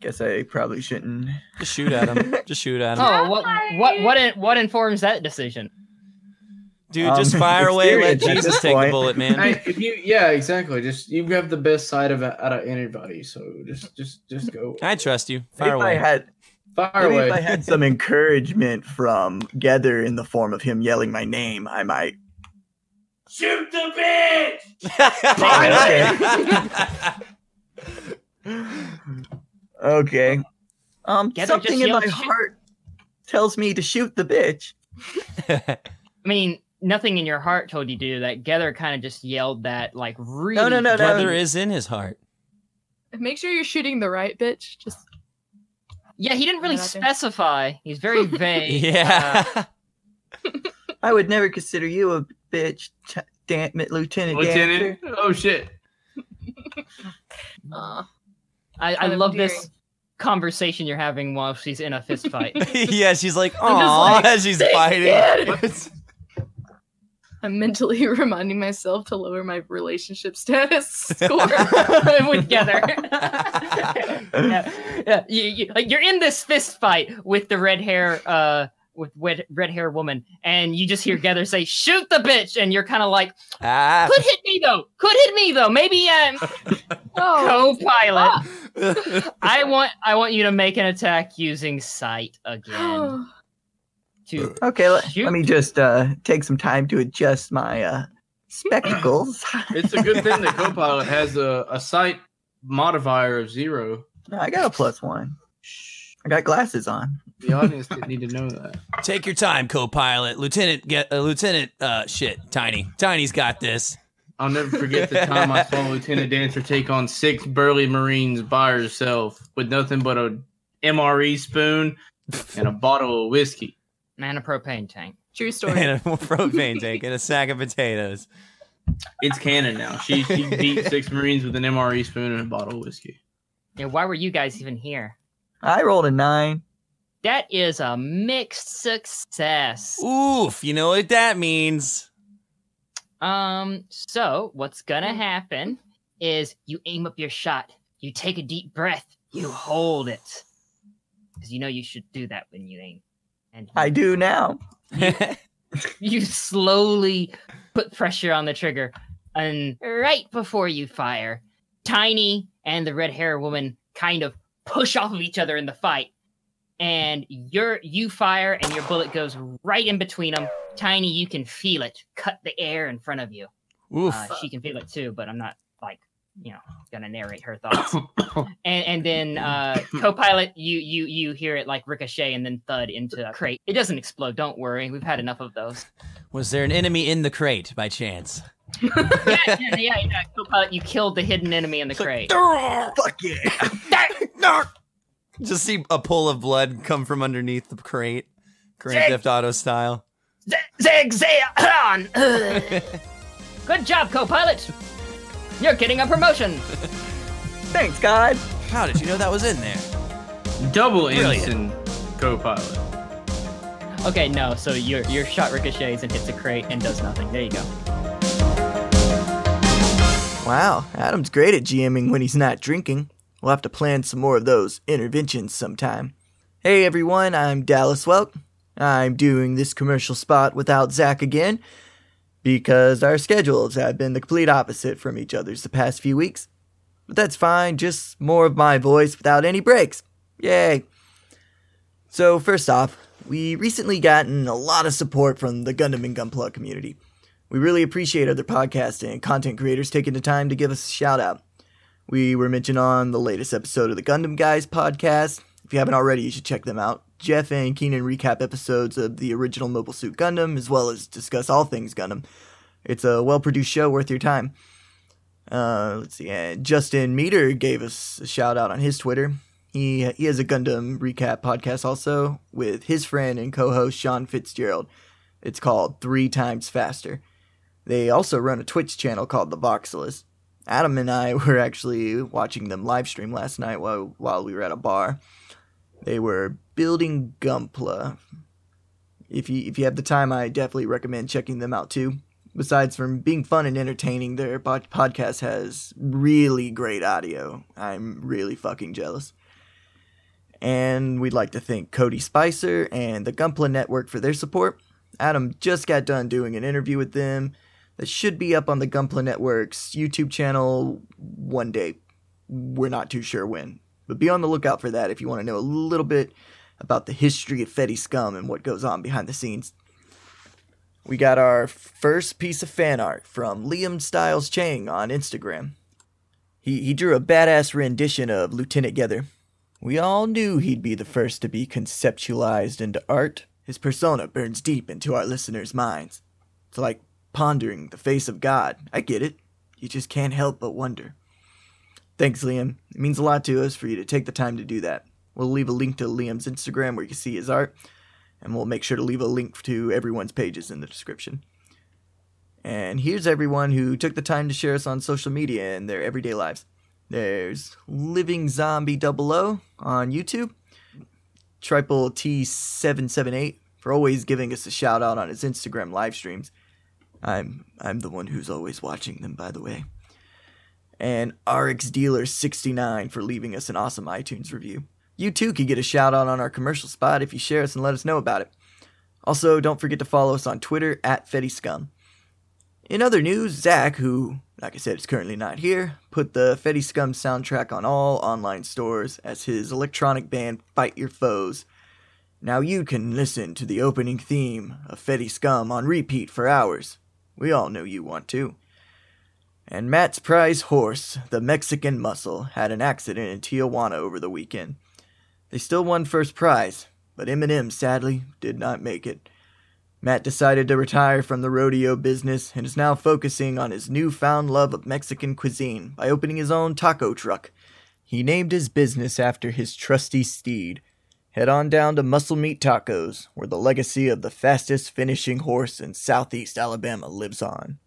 Speaker 3: Guess I probably shouldn't.
Speaker 4: Just shoot at him. Just shoot at him,
Speaker 1: Oh, what, what, what, in- what informs that decision?
Speaker 4: dude. Just
Speaker 3: Um,
Speaker 4: fire away. Let
Speaker 3: experience at
Speaker 4: Jesus
Speaker 3: this
Speaker 4: take the
Speaker 3: point.
Speaker 4: bullet, man.
Speaker 6: Hey, if you, yeah, exactly. Just you have the best side of out of anybody. So just, just, just go
Speaker 4: I trust you.
Speaker 3: Maybe
Speaker 4: Fire
Speaker 3: if I
Speaker 4: away.
Speaker 3: had
Speaker 6: fire
Speaker 3: maybe if I
Speaker 6: away.
Speaker 3: had some encouragement from Gether in the form of him yelling my name, I might.
Speaker 2: Shoot the bitch!
Speaker 3: Okay. Um,
Speaker 1: Gether Uh, just
Speaker 3: something in
Speaker 1: yelled,
Speaker 3: my
Speaker 1: "Shoot."
Speaker 3: heart tells me to shoot the bitch.
Speaker 1: I mean, nothing in your heart told you to do that. Gether kind of just yelled that, like, really.
Speaker 3: No, no, no, no.
Speaker 4: Brother is in his heart.
Speaker 5: Make sure you're shooting the right bitch. Just
Speaker 1: Yeah, he didn't really
Speaker 5: Put it out there.
Speaker 1: specify. He's very vague. Uh,
Speaker 4: Yeah.
Speaker 3: I would never consider you a bitch. T- damn it, Lieutenant.
Speaker 6: Lieutenant. Oh shit.
Speaker 5: uh,
Speaker 1: I, I
Speaker 5: Kind of
Speaker 1: love this conversation you're having while she's in a fist fight.
Speaker 4: yeah, she's like,
Speaker 5: I'm just
Speaker 4: oh,
Speaker 5: like,
Speaker 4: as she's
Speaker 5: "Thank
Speaker 4: fighting.
Speaker 5: I'm mentally reminding myself to lower my relationship status score with
Speaker 1: together.
Speaker 5: Gether.
Speaker 1: yeah, yeah. You, you, like you're in this fist fight with the red hair, uh, with red red hair woman, and you just hear Gether say, "Shoot the bitch," and you're kind of like,
Speaker 4: ah.
Speaker 1: "Could hit me though. Could hit me though. Maybe I'm
Speaker 5: Oh,
Speaker 1: co-pilot. I want I want you to make an attack using sight again to
Speaker 3: Okay, let,
Speaker 1: Shoot.
Speaker 3: let me just uh, take some time to adjust my uh, spectacles.
Speaker 6: It's a good thing that Copilot has a, a sight modifier of zero.
Speaker 3: no, I got a plus one. I got glasses on.
Speaker 6: The audience didn't need to know that.
Speaker 4: Take your time, co-pilot. Lieutenant, get uh, Lieutenant. Uh, shit, Tiny. Tiny's got this.
Speaker 6: I'll never forget the time I saw Lieutenant Dancer take on six burly Marines by herself with nothing but a MRE spoon and a bottle of whiskey.
Speaker 1: man a propane tank.
Speaker 5: True story.
Speaker 4: And a propane tank and a sack of potatoes.
Speaker 6: It's canon now. She, she beat six Marines with an MRE spoon and a bottle of whiskey.
Speaker 1: Yeah, why were you guys even here?
Speaker 3: I rolled a nine.
Speaker 1: That is a mixed success.
Speaker 4: Oof, you know what that means.
Speaker 1: Um, so what's gonna happen is you aim up your shot, you take a deep breath, you hold it. Because you know you should do that when you aim. And
Speaker 3: I do now.
Speaker 1: you slowly put pressure on the trigger. And right before you fire, Tiny and the red hair woman kind of push off of each other in the fight. And your you fire and your bullet goes right in between them. Tiny, you can feel it cut the air in front of you.
Speaker 4: Oof.
Speaker 1: Uh, she can feel it too, but I'm not like you know gonna narrate her thoughts. and and then uh, co-pilot, you you you hear it like ricochet and then thud into a crate. It doesn't explode. Don't worry, we've had enough of those.
Speaker 4: Was there an enemy in the crate by chance?
Speaker 1: yeah, yeah, yeah, yeah. Co-pilot, you killed the hidden enemy in the crate.
Speaker 3: Fuck yeah.
Speaker 4: Just see a pool of blood come from underneath the crate, Grand Theft Auto style.
Speaker 1: Zig zag Good job, co-pilot. You're getting a promotion.
Speaker 3: Thanks, God.
Speaker 4: How did you know that was in there?
Speaker 6: Double
Speaker 4: Brilliant.
Speaker 6: ensign Copilot.
Speaker 1: Okay, no. So your your shot ricochets and hits a crate and does nothing. There you go.
Speaker 3: Wow, Adam's great at GMing when he's not drinking. We'll have to plan some more of those interventions sometime. Hey everyone, I'm Dallas Welk. I'm doing this commercial spot without Zach again. because our schedules have been the complete opposite from each other's the past few weeks. But that's fine, just more of my voice without any breaks. Yay! So, first off, we recently gotten a lot of support from the Gundam and Gunpla community. We really appreciate other podcasts and content creators taking the time to give us a shout out. We were mentioned on the latest episode of the Gundam Guys podcast. If you haven't already, you should check them out. Jeff and Keenan recap episodes of the original Mobile Suit Gundam, as well as discuss all things Gundam. It's a well produced show worth your time. Uh, let's see. And Justin Meter gave us a shout out on his Twitter. He, he has a Gundam recap podcast also with his friend and co host Sean Fitzgerald. It's called Three Times Faster. They also run a Twitch channel called The Voxelist. Adam and I were actually watching them live stream last night while while we were at a bar. They were building Gumpla. If you if you have the time, I definitely recommend checking them out too. Besides from being fun and entertaining, their pod- podcast has really great audio. I'm really fucking jealous. And we'd like to thank Cody Spicer and the Gumpla Network for their support. Adam just got done doing an interview with them that should be up on the Gunpla Network's YouTube channel one day. We're not too sure when, but be on the lookout for that if you want to know a little bit about the history of Fetty Scum and what goes on behind the scenes. We got our first piece of fan art from Liam Styles Chang on Instagram. He, he drew a badass rendition of Lieutenant Gether. We all knew he'd be the first to be conceptualized into art. His persona burns deep into our listeners' minds. It's like pondering the face of God. I get it. You just can't help but wonder. Thanks, Liam. It means a lot to us for you to take the time to do that. We'll leave a link to Liam's Instagram where you can see his art, and we'll make sure to leave a link to everyone's pages in the description. And here's everyone who took the time to share us on social media and their everyday lives. There's Living Zombie 00 on YouTube, Triple T778 for always giving us a shout out on his Instagram live streams. I'm I'm the one who's always watching them, by the way. And RX Dealer 69 for leaving us an awesome iTunes review. You too can get a shout out on our commercial spot if you share us and let us know about it. Also, don't forget to follow us on Twitter at Fetty Scum. In other news, Zach, who, like I said, is currently not here, put the Fetty Scum soundtrack on all online stores as his electronic band Fight Your Foes. Now you can listen to the opening theme of Fetty Scum on repeat for hours. We all know you want to. And Matt's prize horse, the Mexican Muscle, had an accident in Tijuana over the weekend. They still won first prize, but Eminem sadly did not make it. Matt decided to retire from the rodeo business and is now focusing on his newfound love of Mexican cuisine by opening his own taco truck. He named his business after his trusty steed. Head on down to Muscle Meat Tacos, where the legacy of the fastest finishing horse in southeast Alabama lives on.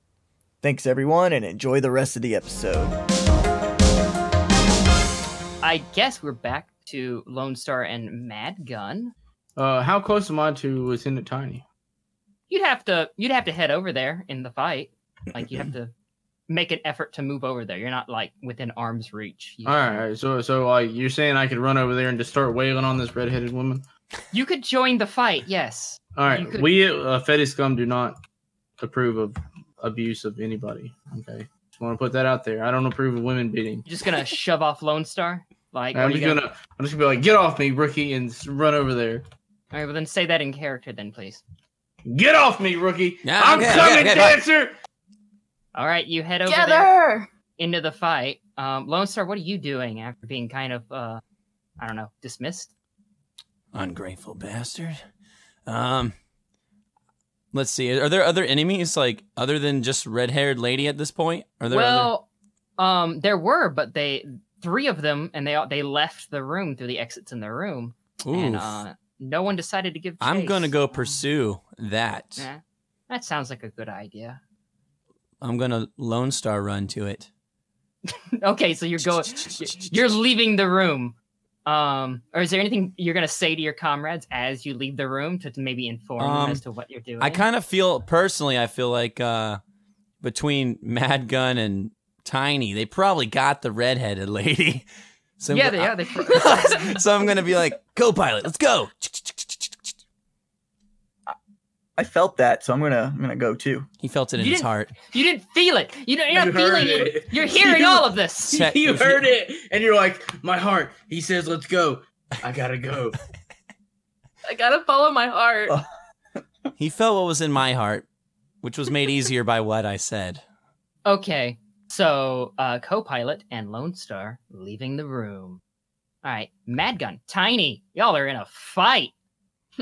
Speaker 3: Thanks, everyone, and enjoy the rest of the episode.
Speaker 1: I guess we're back to Lone Star and Mad Gun.
Speaker 6: Uh, how close am I to Lieutenant Tiny?
Speaker 1: You'd have to you'd have to head over there in the fight. Like you have to make an effort to move over there. You're not like within arm's reach. You,
Speaker 6: All right, all right, so so like you're saying I could run over there and just start wailing on this redheaded woman.
Speaker 1: you could join the fight, yes.
Speaker 6: All
Speaker 1: You
Speaker 6: right,
Speaker 1: could-
Speaker 6: we at uh, Fetty Scum do not approve of abuse of anybody. Okay, just want to put that out there. I don't approve of women beating.
Speaker 1: You're just gonna shove off Lone Star. Like what
Speaker 6: I'm
Speaker 1: are you
Speaker 6: just gonna, I'm just gonna be like, get off me, rookie, and s- run over there.
Speaker 1: All right, well then say that in character then, please.
Speaker 6: Get off me, rookie!
Speaker 4: Yeah,
Speaker 6: I'm
Speaker 4: okay,
Speaker 6: coming,
Speaker 4: okay, okay.
Speaker 6: dancer.
Speaker 1: All right, you head over there
Speaker 5: Together.
Speaker 1: into the fight. Um, Lone Star, what are you doing after being kind of uh, I don't know, dismissed?
Speaker 4: Ungrateful bastard. Um, let's see. Are there other enemies like other than just red-haired lady at this point? Are there other...
Speaker 1: well, um, there were, but they three of them, and they all they left the room through the exits in the room, and
Speaker 4: Oof.
Speaker 1: uh, no one decided to give. Chase.
Speaker 4: I'm gonna go pursue that.
Speaker 1: Yeah, that sounds like a good idea.
Speaker 4: I'm gonna Lone Star run to it.
Speaker 1: okay, so you're going, you're leaving the room. Um, or is there anything you're gonna say to your comrades as you leave the room to maybe inform
Speaker 4: Um,
Speaker 1: them as to what you're doing?
Speaker 4: I kind of feel personally. I feel like uh, between Mad Gun and Tiny, they probably got the redheaded lady. So
Speaker 1: yeah, they, yeah, they. pro-
Speaker 4: so I'm gonna be like, "Go, pilot, let's go."
Speaker 7: I felt that, so I'm gonna I'm gonna go too.
Speaker 4: He felt it in
Speaker 1: You
Speaker 4: his
Speaker 1: didn't-
Speaker 4: heart.
Speaker 1: You didn't feel it. You know, you're
Speaker 6: You
Speaker 1: not
Speaker 6: heard
Speaker 1: feeling it.
Speaker 6: it.
Speaker 1: You're hearing
Speaker 6: You-
Speaker 1: all of this.
Speaker 4: Check-
Speaker 6: you
Speaker 4: if you-
Speaker 6: heard it, and you're like, my heart. He says, "Let's go." I gotta go.
Speaker 5: I gotta follow my heart.
Speaker 7: Oh.
Speaker 4: He felt what was in my heart, which was made easier by what I said.
Speaker 1: Okay, so uh, co-pilot and Lone Star leaving the room. All right, Mad Gun, Tiny, y'all are in a fight.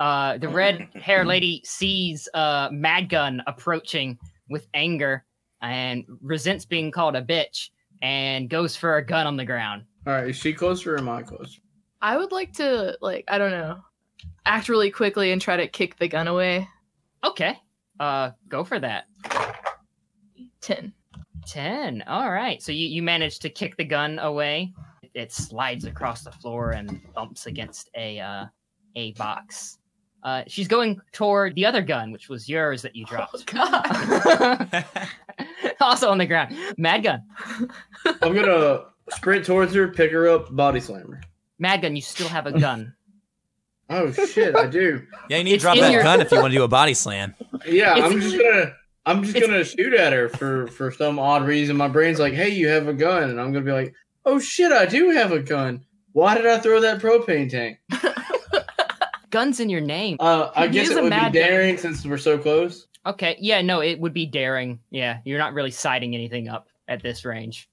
Speaker 1: Uh, the red hair lady sees uh, Mad Gun approaching with anger and resents being called a bitch and goes for a gun on the ground.
Speaker 6: All right, is she closer or am I closer?
Speaker 5: I would like to like I don't know, act really quickly and try to kick the gun away.
Speaker 1: Okay, uh, go for that.
Speaker 5: Ten.
Speaker 1: 10 all right so you, you manage to kick the gun away it slides across the floor and bumps against a uh, a box uh, she's going toward the other gun which was yours that you dropped
Speaker 5: God.
Speaker 1: also on the ground mad gun
Speaker 6: I'm gonna sprint towards her, pick her up, body slam her.
Speaker 1: mad gun you still have a gun
Speaker 6: Oh shit, I do.
Speaker 4: Yeah, you need to
Speaker 1: It's
Speaker 4: drop
Speaker 1: in
Speaker 4: that
Speaker 1: your-
Speaker 4: gun if you want to do a body slam.
Speaker 6: Yeah,
Speaker 1: It's-
Speaker 6: I'm just gonna. I'm just
Speaker 1: it's-
Speaker 6: gonna shoot at her for for some odd reason. My brain's like, "Hey, you have a gun," and I'm gonna be like, "Oh shit, I do have a gun. Why did I throw that propane tank?"
Speaker 1: guns in your name
Speaker 6: Uh, I
Speaker 5: Use
Speaker 6: guess
Speaker 5: a
Speaker 6: it would be
Speaker 5: mad gun.
Speaker 6: daring since we're so close.
Speaker 1: okay yeah no it would be daring yeah you're not really sighting anything up at this range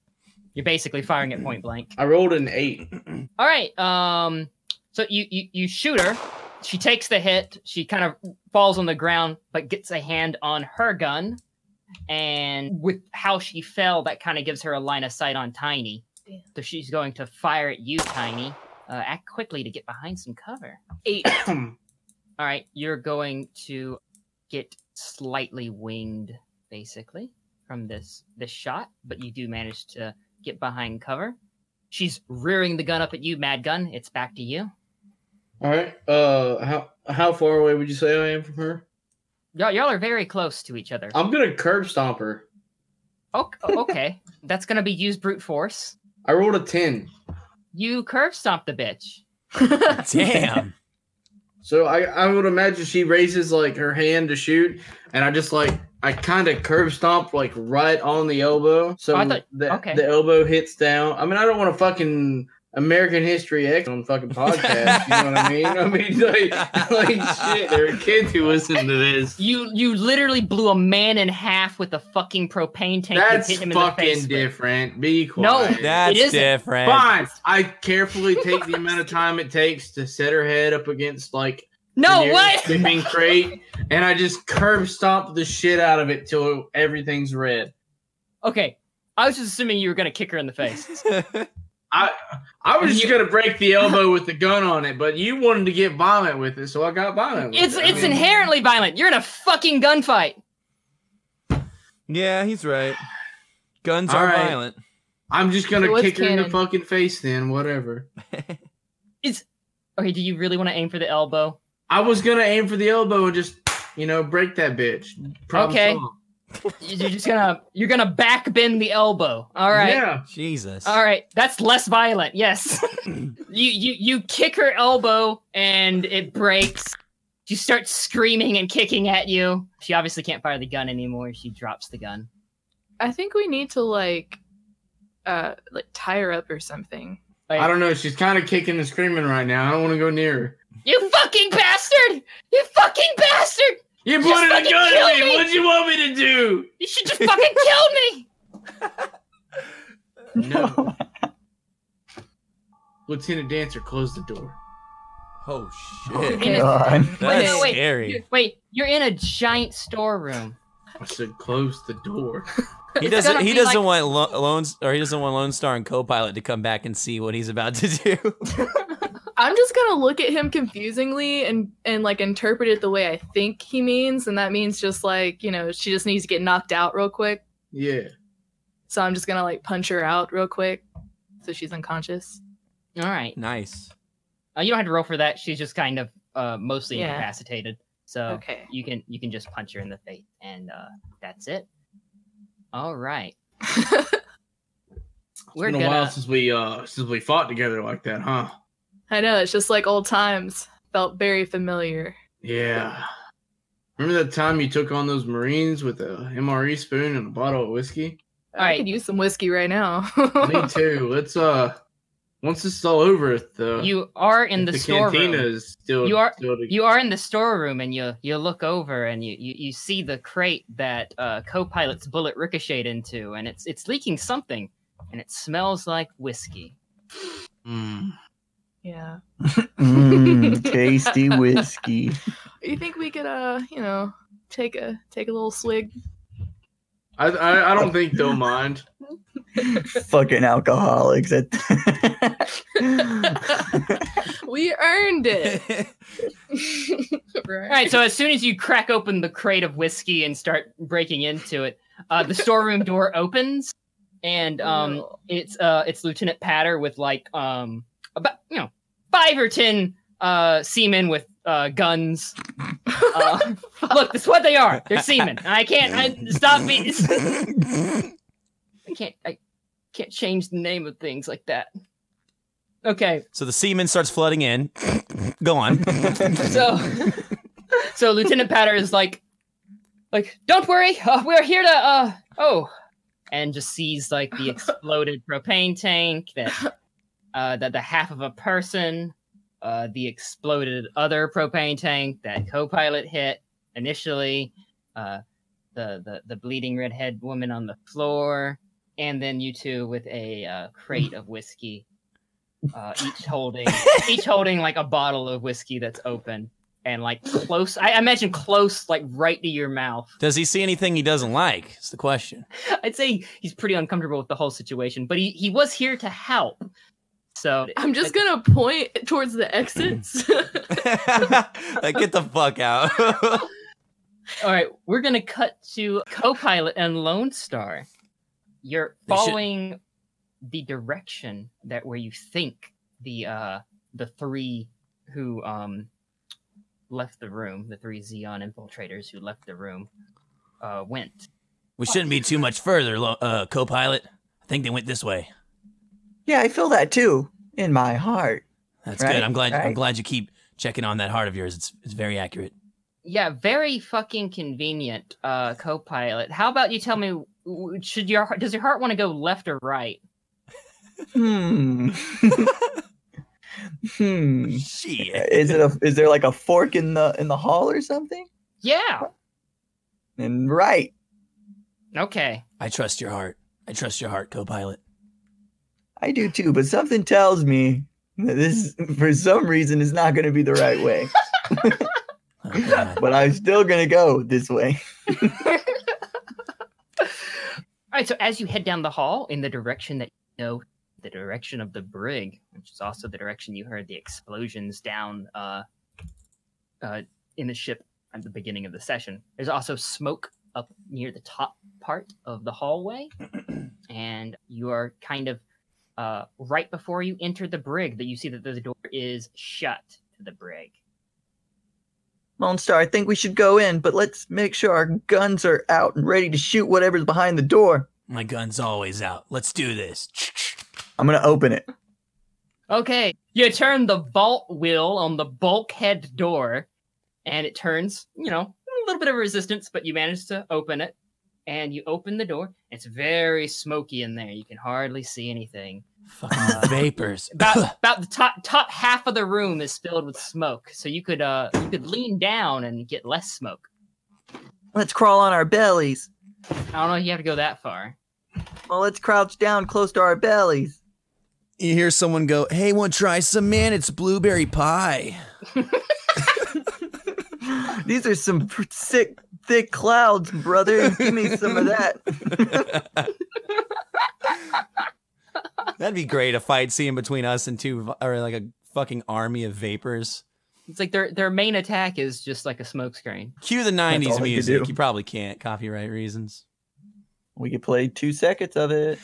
Speaker 1: you're basically firing at point blank
Speaker 6: I rolled an eight.
Speaker 1: All right. Um. So you you you shoot her. She takes the hit. She kind of falls on the ground, but gets a hand on her gun. And with how she fell, that kind of gives her a line of sight on Tiny. So she's going to fire at you, Tiny. Uh, act quickly to get behind some cover.
Speaker 5: Eight.
Speaker 1: All right, you're going to get slightly winged, basically, from this this shot, but you do manage to get behind cover. She's rearing the gun up at you, Mad Gun. It's back to you.
Speaker 6: All right. Uh, how how far away would you say I am from her?
Speaker 1: Y'all, y'all are very close to each other.
Speaker 6: I'm gonna curb stomp her.
Speaker 1: Ok- oh, okay, that's gonna be used brute force.
Speaker 6: I rolled a ten,
Speaker 1: You curve stomp the bitch.
Speaker 4: Damn.
Speaker 6: so I I would imagine she raises like her hand to shoot, and I just like I kind of curb stomp like right on the elbow, so
Speaker 1: Oh, I thought-
Speaker 6: the
Speaker 1: okay.
Speaker 6: the elbow hits down. I mean, I don't want to fucking. American History X on fucking podcast, you know what I mean? I mean, like, like shit, there are kids who listen to this.
Speaker 1: You you literally blew a man in half with a fucking propane tank.
Speaker 6: That's
Speaker 1: you hit him in the face
Speaker 6: fucking
Speaker 1: with.
Speaker 6: different. Be
Speaker 1: No,
Speaker 6: quiet.
Speaker 4: That's
Speaker 1: isn't.
Speaker 4: different.
Speaker 6: Fine. I carefully take the amount of time it takes to set her head up against like the
Speaker 1: No
Speaker 6: nearest
Speaker 1: what?
Speaker 6: shipping crate, and I just curb stomp the shit out of it till everything's red.
Speaker 1: Okay, I was just assuming you were gonna kick her in the face.
Speaker 6: I I was just gonna break the elbow with the gun on it, but you wanted to get violent with it, so I got violent. With
Speaker 1: It's
Speaker 6: it. I
Speaker 1: it's
Speaker 6: mean,
Speaker 1: inherently violent. You're in a fucking gunfight.
Speaker 4: Yeah, he's right. Guns
Speaker 6: All
Speaker 4: are
Speaker 6: right.
Speaker 4: violent.
Speaker 6: I'm just gonna
Speaker 5: So it's
Speaker 6: kick her in the
Speaker 5: canon.
Speaker 6: fucking face. Then whatever.
Speaker 1: Okay, do you really want to aim for the elbow?
Speaker 6: I was gonna aim for the elbow and just you know break that bitch. Problem
Speaker 1: Okay.
Speaker 6: solved.
Speaker 1: You- You're just gonna you're gonna back bend the elbow. All right.
Speaker 6: Yeah.
Speaker 4: Jesus.
Speaker 1: All right, that's less violent. Yes, you you you kick her elbow and it breaks. She starts screaming and kicking at you. She obviously can't fire the gun anymore. She drops the gun.
Speaker 5: I think we need to like uh like tie her up or something.
Speaker 6: I don't know. She's kind of kicking and screaming right now. I don't want to go near her.
Speaker 1: You fucking bastard! You fucking bastard!
Speaker 6: You
Speaker 1: Just
Speaker 6: pointed a
Speaker 1: fucking
Speaker 6: gun
Speaker 1: kill
Speaker 6: at me.
Speaker 1: me!
Speaker 6: What'd you want me to do?
Speaker 1: You should just fucking kill me.
Speaker 6: No. Lieutenant Dancer, close the door.
Speaker 4: Oh shit.
Speaker 1: In a-
Speaker 7: God.
Speaker 1: Wait, no,
Speaker 4: That's
Speaker 1: wait.
Speaker 4: scary.
Speaker 1: Wait, you're in a giant storeroom.
Speaker 6: I said, close the door.
Speaker 4: He
Speaker 1: It's
Speaker 4: doesn't.
Speaker 1: gonna
Speaker 4: He
Speaker 1: be
Speaker 4: doesn't
Speaker 1: like-
Speaker 4: want lo- Lone S- or he doesn't want Lone Star and Copilot to come back and see what he's about to do.
Speaker 5: I'm just gonna look at him confusingly and and like interpret it the way I think he means, and that means just like you know she just needs to get knocked out real quick.
Speaker 6: Yeah.
Speaker 5: So I'm just gonna like punch her out real quick, so she's unconscious.
Speaker 1: All right.
Speaker 4: nice.
Speaker 1: Uh, you don't have to roll for that. She's just kind of uh, mostly
Speaker 5: Yeah.
Speaker 1: incapacitated, so
Speaker 5: Okay.
Speaker 1: you can you can just punch her in the face, and uh, that's it. All right.
Speaker 6: It's
Speaker 1: We're
Speaker 6: been a
Speaker 1: gonna.
Speaker 6: while since we uh since we fought together like that, huh?
Speaker 5: I know it's just like old times. Felt very familiar.
Speaker 6: Yeah. Remember that time you took on those Marines with a MRE spoon and a bottle of whiskey?
Speaker 1: All right.
Speaker 5: I could use some whiskey right now.
Speaker 6: Me too. Let's uh, once this is all over, if the
Speaker 1: You are in
Speaker 6: if
Speaker 1: the,
Speaker 6: the cantina
Speaker 1: storeroom.
Speaker 6: is still
Speaker 1: You are-
Speaker 6: still to-
Speaker 1: You are in the storeroom, and you you look over, and you, you, you see the crate that uh, co-pilot's bullet ricocheted into, and it's it's leaking something, and it smells like whiskey.
Speaker 6: Hmm.
Speaker 5: yeah.
Speaker 7: Mm, tasty whiskey.
Speaker 5: You think we could, uh, you know, take a take a little swig?
Speaker 6: I, I I don't think they'll mind.
Speaker 7: Fucking alcoholics. At
Speaker 5: We earned it.
Speaker 1: All right. So as soon as you crack open the crate of whiskey and start breaking into it, uh, the storeroom door opens, and um,
Speaker 5: Oh.
Speaker 1: it's uh it's Lieutenant Patter with like um about you know five or ten uh seamen with uh guns. Uh, look, that's what they are. They're seamen. I can't I, stop me. I can't I can't change the name of things like that. Okay,
Speaker 4: So the semen starts flooding in. Go on.
Speaker 1: so so Lieutenant Patter is like like don't worry, uh, we're here to uh oh and just sees like the exploded propane tank that uh that the half of a person uh the exploded other propane tank that co-pilot hit initially uh the the, the bleeding redhead woman on the floor and then you two with a uh, crate of whiskey uh, each holding each holding like a bottle of whiskey that's open and like close i I imagine close like right to your mouth
Speaker 4: Does he see anything he doesn't like? It's the question.
Speaker 1: I'd say he's pretty uncomfortable with the whole situation, but he, he was here to help. So
Speaker 5: I'm just gonna point towards the exits.
Speaker 4: like, get the fuck out.
Speaker 1: all right. We're gonna cut to co-pilot and Lone Star. You're
Speaker 4: They should-
Speaker 1: following the direction that where you think the uh the three who um left the room, the three Xeon infiltrators who left the room, uh went.
Speaker 4: we shouldn't be too much further, lo- uh, co-pilot. I think they went this way.
Speaker 7: yeah, I feel that too in my heart.
Speaker 4: That's
Speaker 7: Right,
Speaker 4: good. I'm glad. I'm
Speaker 7: right.
Speaker 4: glad you keep checking on that heart of yours. It's it's very accurate.
Speaker 1: Yeah, very fucking convenient, uh, co-pilot. How about you tell me, w- should your does your heart want to go left or right?
Speaker 7: Hmm. hmm.
Speaker 4: Shit.
Speaker 7: Is it a? Is there like a fork in the in the hall or something?
Speaker 1: Yeah.
Speaker 7: And Mm, right,
Speaker 1: Okay.
Speaker 4: I trust your heart. I trust your heart, co-pilot.
Speaker 7: I do too. But something tells me that this, for some reason, is not going to be the right way.
Speaker 4: Oh, God.
Speaker 7: but I'm still going to go this way.
Speaker 1: All right. So as you head down the hall in the direction that you know, the direction of the brig, which is also the direction you heard the explosions down uh, uh, in the ship at the beginning of the session. There's also smoke up near the top part of the hallway, and you are kind of uh, right before you enter the brig that you see that the door is shut to the brig.
Speaker 7: Lone Star, I think we should go in, but let's make sure our guns are out and ready to shoot whatever's behind the door.
Speaker 4: My gun's always out. Let's do this.
Speaker 7: I'm going to open it.
Speaker 1: Okay, you turn the vault wheel on the bulkhead door, and it turns, you know, a little bit of resistance, but you manage to open it. And you open the door. It's very smoky in there. You can hardly see anything.
Speaker 4: Fucking vapors.
Speaker 1: About about the top top half of the room is filled with smoke, so you could uh you could lean down and get less smoke.
Speaker 7: Let's crawl on our bellies.
Speaker 1: I don't know if you have to go that far.
Speaker 7: Well, let's crouch down close to our bellies.
Speaker 4: you hear someone go, "Hey, want to try some man? It's blueberry pie."
Speaker 7: These are some pr- sick, thick clouds, brother. Give me some of that.
Speaker 4: That'd be great. A fight scene between us and two, v- or like a fucking army of vapors.
Speaker 1: It's like their their main attack is just like a smoke screen.
Speaker 4: Cue the
Speaker 7: all
Speaker 4: '90s
Speaker 7: they could
Speaker 4: music.
Speaker 7: do.
Speaker 4: You probably can't, copyright reasons.
Speaker 7: We could play two seconds of it.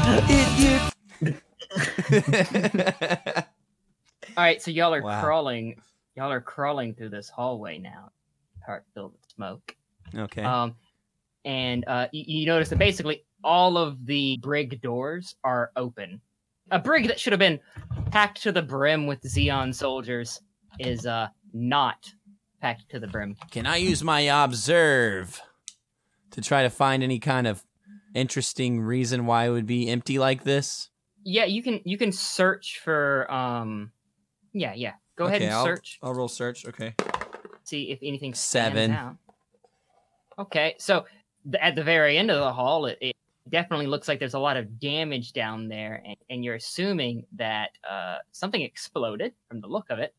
Speaker 1: All right, so y'all are
Speaker 4: Wow.
Speaker 1: crawling, y'all are crawling through this hallway now, heart filled with smoke.
Speaker 4: okay.
Speaker 7: Uh,
Speaker 1: Um, and uh, you, you notice that basically all of the brig doors are open. A brig that should have been packed to the brim with Xeon soldiers is uh, not packed to the brim.
Speaker 4: Can I use my observe to try to find any kind of interesting reason why it would be empty like this?
Speaker 1: Yeah, you can you can search for um yeah, yeah. Go ahead
Speaker 4: Okay,
Speaker 1: and
Speaker 4: I'll-
Speaker 1: search.
Speaker 4: I'll roll search. Okay.
Speaker 1: see if anything
Speaker 4: Seven.
Speaker 1: stands out. Okay, so th- at the very end of the hall, it, it definitely looks like there's a lot of damage down there, and, and you're assuming that uh, something exploded from the look of it,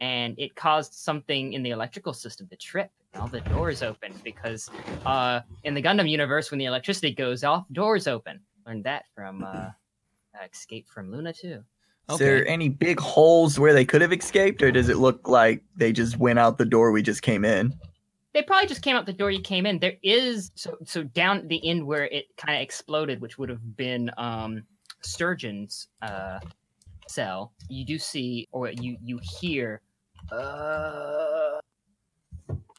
Speaker 1: and it caused something in the electrical system to trip. Now the doors open because uh, in the Gundam universe, when the electricity goes off, doors open. Learned that from uh, uh, Escape from Luna too.
Speaker 4: Okay.
Speaker 7: Is there any big holes where they could have escaped, or does it look like they just went out the door we just came in?
Speaker 1: they probably just came out the door you came in. There is so so down at the end where it kind of exploded, which would have been um Sturgeon's uh cell. You do see or you you hear uh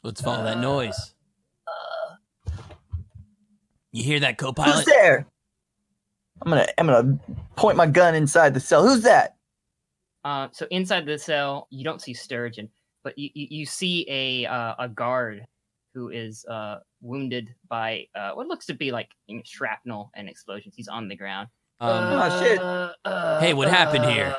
Speaker 4: Let's follow that noise. You hear that,
Speaker 7: Who's
Speaker 4: Copilot?
Speaker 7: there? I'm gonna I'm gonna point my gun inside the cell. Who's that?
Speaker 1: Uh, so inside the cell, you don't see Sturgeon, but you, you, you see a uh, a guard who is uh, wounded by uh, what looks to be like you know, shrapnel and explosions. He's on the ground.
Speaker 4: Um,
Speaker 7: oh, shit.
Speaker 1: uh,
Speaker 4: Hey, what happened here?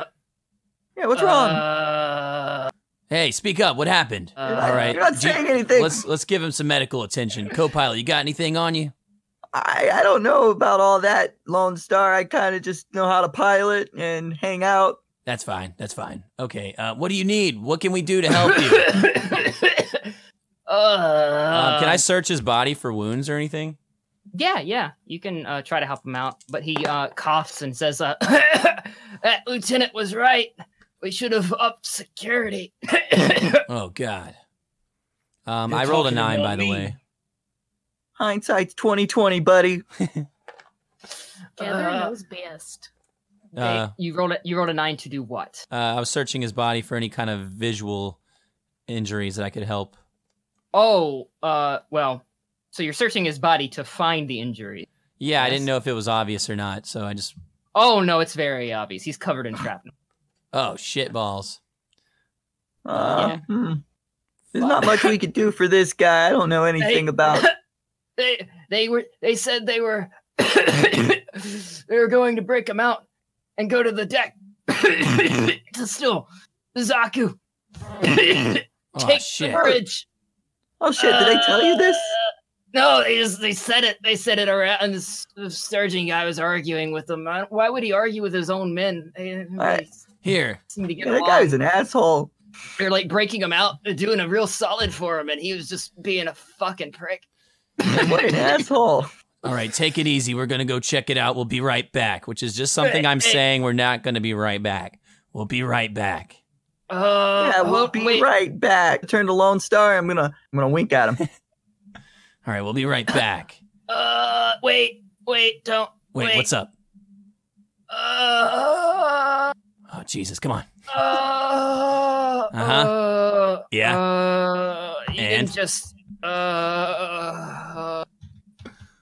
Speaker 7: Yeah, what's wrong?
Speaker 1: Uh,
Speaker 4: hey, speak up. What happened?
Speaker 1: uh,
Speaker 4: All right.
Speaker 7: You're not
Speaker 4: do you-
Speaker 7: saying anything.
Speaker 4: Let's let's give him some medical attention. Copilot, you got anything on you?
Speaker 7: I, I don't know about all that, Lone Star. I kind of just know how to pilot and hang out.
Speaker 4: That's fine. That's fine. Okay. Uh, what do you need? What can we do to help you?
Speaker 1: Uh,
Speaker 4: um, can I search his body for wounds or anything?
Speaker 1: Yeah, yeah. You can uh, try to help him out, but he uh, coughs and says, uh, "That lieutenant was right. We should have upped security."
Speaker 4: Oh God. Um,
Speaker 6: You're
Speaker 4: I rolled a
Speaker 6: talking
Speaker 4: nine,
Speaker 6: about
Speaker 4: by the
Speaker 6: me.
Speaker 4: way.
Speaker 7: Hindsight's 2020, buddy.
Speaker 5: Catherine
Speaker 1: Uh,
Speaker 5: knows best.
Speaker 4: Uh,
Speaker 1: Okay, you rolled a you rolled a nine to do what?
Speaker 4: Uh, I was searching his body for any kind of visual injuries that I could help.
Speaker 1: Oh, uh, well, so you're searching his body to find the injury.
Speaker 4: Yeah, I didn't
Speaker 1: Yes.
Speaker 4: know if it was obvious or not, so I just
Speaker 1: Oh no, it's very obvious. He's covered in shrapnel.
Speaker 4: oh shit balls.
Speaker 7: Uh, hmm. There's not much we could do for this guy. I don't know anything about.
Speaker 1: They they were they said they were they were going to break him out and go to the deck to still Zaku.
Speaker 4: Oh
Speaker 1: Take
Speaker 4: shit.
Speaker 1: the bridge.
Speaker 7: Oh shit! Did they tell you this?
Speaker 1: No, they just they said it. They said it around. And this, the surgeon guy was arguing with them. I- Why would he argue with his own men? They,
Speaker 7: Right.
Speaker 1: they
Speaker 4: Here.
Speaker 1: seem to get
Speaker 7: Yeah, that
Speaker 1: along.
Speaker 7: guy's an asshole.
Speaker 1: They're like breaking him out, They're doing a real solid for him, and he was just being a fucking prick.
Speaker 7: What an asshole.
Speaker 4: All right, take it easy. We're gonna go check it out. We'll be right back, which is just something I'm
Speaker 1: Hey, hey.
Speaker 4: saying. We're not gonna be right back. We'll be right back.
Speaker 1: Uh,
Speaker 7: yeah, we'll
Speaker 1: well,
Speaker 7: be
Speaker 1: wait,
Speaker 7: right back. Turn to Lone Star. I'm gonna I'm gonna wink at him.
Speaker 4: All right, we'll be right back.
Speaker 1: uh, wait, wait, don't
Speaker 4: Wait,
Speaker 1: Wait.
Speaker 4: what's up?
Speaker 1: Uh,
Speaker 4: Oh Jesus, come on.
Speaker 1: uh, uh,
Speaker 4: Uh-huh. Yeah.
Speaker 1: Uh, you
Speaker 4: And?
Speaker 1: didn't just uh, uh,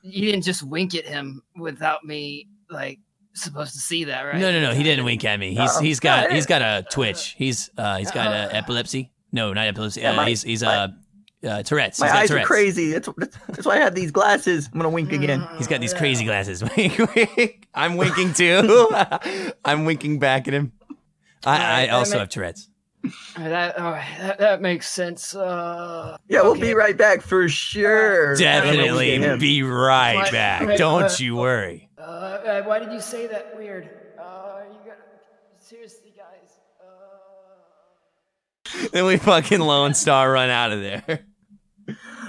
Speaker 1: you didn't just wink at him without me like supposed to see that, right?
Speaker 4: No, no, no. He didn't wink at me. He's
Speaker 7: Uh-oh.
Speaker 4: he's got he's got a twitch. He's uh he's got uh, epilepsy. No, not epilepsy.
Speaker 7: Yeah,
Speaker 4: Uh,
Speaker 7: my-
Speaker 4: he's he's
Speaker 7: my-
Speaker 4: uh, uh Tourette's.
Speaker 7: My
Speaker 4: he's got
Speaker 7: eyes are
Speaker 4: Tourette's.
Speaker 7: crazy. That's, that's that's why I have these glasses. I'm gonna wink again.
Speaker 1: Mm,
Speaker 4: He's got
Speaker 1: Oh,
Speaker 4: these crazy glasses. Wink, wink. I'm winking too. I'm winking back at him. I, I
Speaker 1: Alright,
Speaker 4: also
Speaker 1: I'm-
Speaker 4: have Tourette's.
Speaker 1: That, all right, that that makes sense. Uh,
Speaker 7: Yeah, we'll be right back for sure.
Speaker 4: Definitely
Speaker 7: I'm gonna wink at him.
Speaker 4: be right
Speaker 1: Right,
Speaker 4: back.
Speaker 1: right,
Speaker 4: Don't
Speaker 1: right.
Speaker 4: you worry.
Speaker 1: Uh, uh, why did you say that weird? Uh, you got seriously, guys. uh,
Speaker 4: Then we fucking Lone Star run out of there.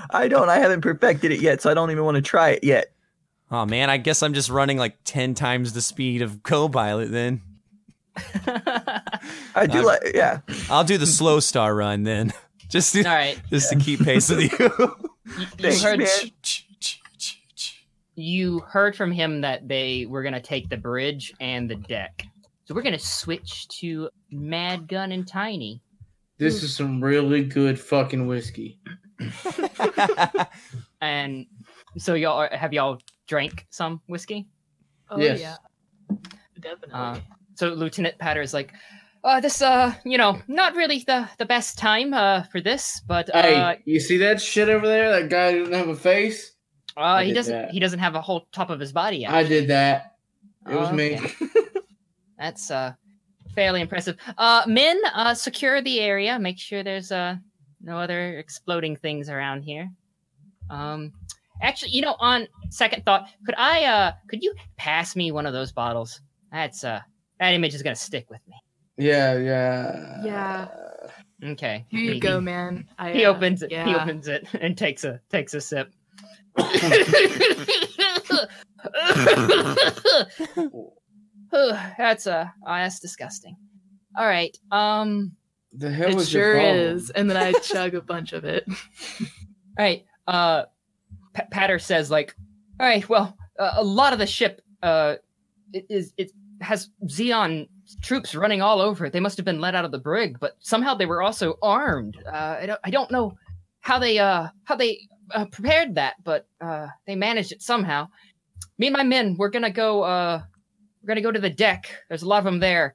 Speaker 7: I don't. I haven't perfected it yet, so I don't even want to try it yet.
Speaker 4: Oh man, I guess I'm just running like ten times the speed of Copilot. Then
Speaker 7: I do
Speaker 4: I'm-
Speaker 7: like. Yeah,
Speaker 4: I'll do the slow star run then, just to,
Speaker 1: All right,
Speaker 4: just to keep pace with you.
Speaker 1: you, you
Speaker 7: Thanks,
Speaker 1: heard
Speaker 7: man.
Speaker 1: you heard from him that they were gonna take the bridge and the deck. So we're gonna switch to Mad Gun and Tiny.
Speaker 6: This is some really good fucking whiskey.
Speaker 1: And so y'all are, have y'all drank some whiskey?
Speaker 5: Oh
Speaker 6: Yes.
Speaker 5: yeah, definitely.
Speaker 1: Uh, so Lieutenant Patter is like, uh, this, uh, you know, not really the, the best time uh, for this, but uh,
Speaker 6: Hey, you see that shit over there? That guy who doesn't have a face?
Speaker 1: uh,
Speaker 6: I
Speaker 1: he
Speaker 6: did
Speaker 1: doesn't
Speaker 6: that.
Speaker 1: he doesn't have a whole top of his body yet.
Speaker 6: I did that. It was me.
Speaker 1: Oh, Okay. That's uh fairly impressive. Uh men, uh secure the area. Make sure there's uh no other exploding things around here. Um actually, you know, on second thought, could I uh could you pass me one of those bottles? That's uh that image is gonna stick with me.
Speaker 6: Yeah, yeah.
Speaker 5: Yeah.
Speaker 1: Okay.
Speaker 5: Here you
Speaker 1: He-
Speaker 5: go, man. I,
Speaker 1: He, he
Speaker 5: uh,
Speaker 1: opens it. He
Speaker 5: yeah.
Speaker 1: opens it and takes a takes a sip. that's uh, oh, that's disgusting. All right. Um
Speaker 6: The hell
Speaker 5: It
Speaker 6: was
Speaker 5: sure
Speaker 6: your problem?
Speaker 5: is. And then I chug a bunch of it.
Speaker 1: All right. Uh, P- Patter says like, all right. Well, uh, a lot of the ship uh i- is it has Xeon troops running all over it. They must have been let out of the brig, but somehow they were also armed. Uh, I don't I don't know how they uh how they uh, prepared that, but uh they managed it somehow. Me and my men, we're gonna go. Uh, we're gonna go to the deck. There's a lot of them there.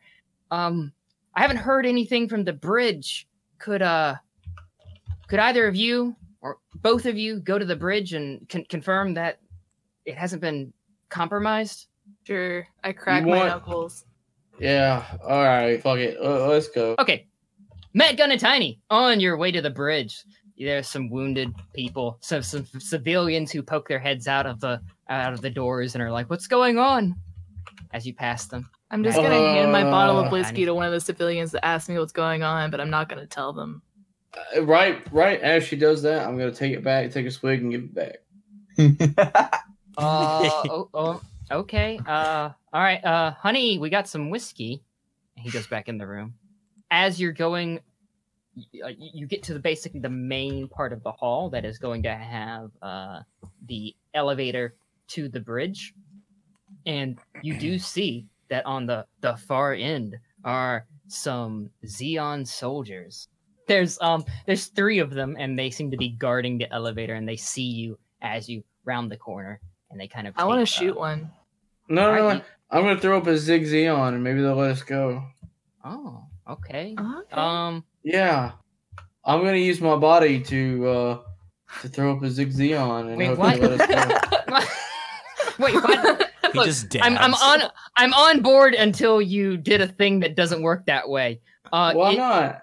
Speaker 1: Um, I haven't heard anything from the bridge. Could uh, could either of you or both of you go to the bridge and con- confirm that it hasn't been compromised?
Speaker 5: Sure. I crack my
Speaker 6: want-
Speaker 5: knuckles.
Speaker 6: Yeah. All right. Fuck it. Uh, let's go.
Speaker 1: Okay. Matt Gun and Tiny, on your way to the bridge. There's some wounded people, some some civilians who poke their heads out of the out of the doors and are like, "What's going on?" As you pass them,
Speaker 5: I'm just gonna hand my bottle
Speaker 6: Uh,
Speaker 5: of whiskey to one of the civilians that asked me what's going on, but I'm not gonna tell them.
Speaker 6: Uh, Right. Right. As she does that, I'm gonna take it back, take a swig, and give it back.
Speaker 1: uh, oh, oh, okay, uh, all right, uh, honey, we got some whiskey. And he goes back in the room. As you're going, y- uh, you get to the basically the main part of the hall that is going to have uh, the elevator to the bridge, and you do see that on the the far end are some Xeon soldiers. There's um there's three of them, and they seem to be guarding the elevator, and they see you as you round the corner, and they kind of
Speaker 5: I want to
Speaker 1: take, uh,
Speaker 5: shoot one.
Speaker 6: No, no,
Speaker 1: Alright,
Speaker 6: no. I'm gonna throw up a zig Xeon, and maybe they'll let us go.
Speaker 1: Oh, okay.
Speaker 5: Okay.
Speaker 1: Um,
Speaker 6: Yeah. I'm gonna use my body to uh to throw up a zig Xeon and
Speaker 1: Wait,
Speaker 6: hope
Speaker 1: what?
Speaker 6: they let us go.
Speaker 1: wait, what?
Speaker 4: He
Speaker 1: Look,
Speaker 4: just dabs.
Speaker 1: I'm, I'm on I'm on board until you did a thing that doesn't work that way. Uh,
Speaker 6: Why
Speaker 1: it-
Speaker 6: not?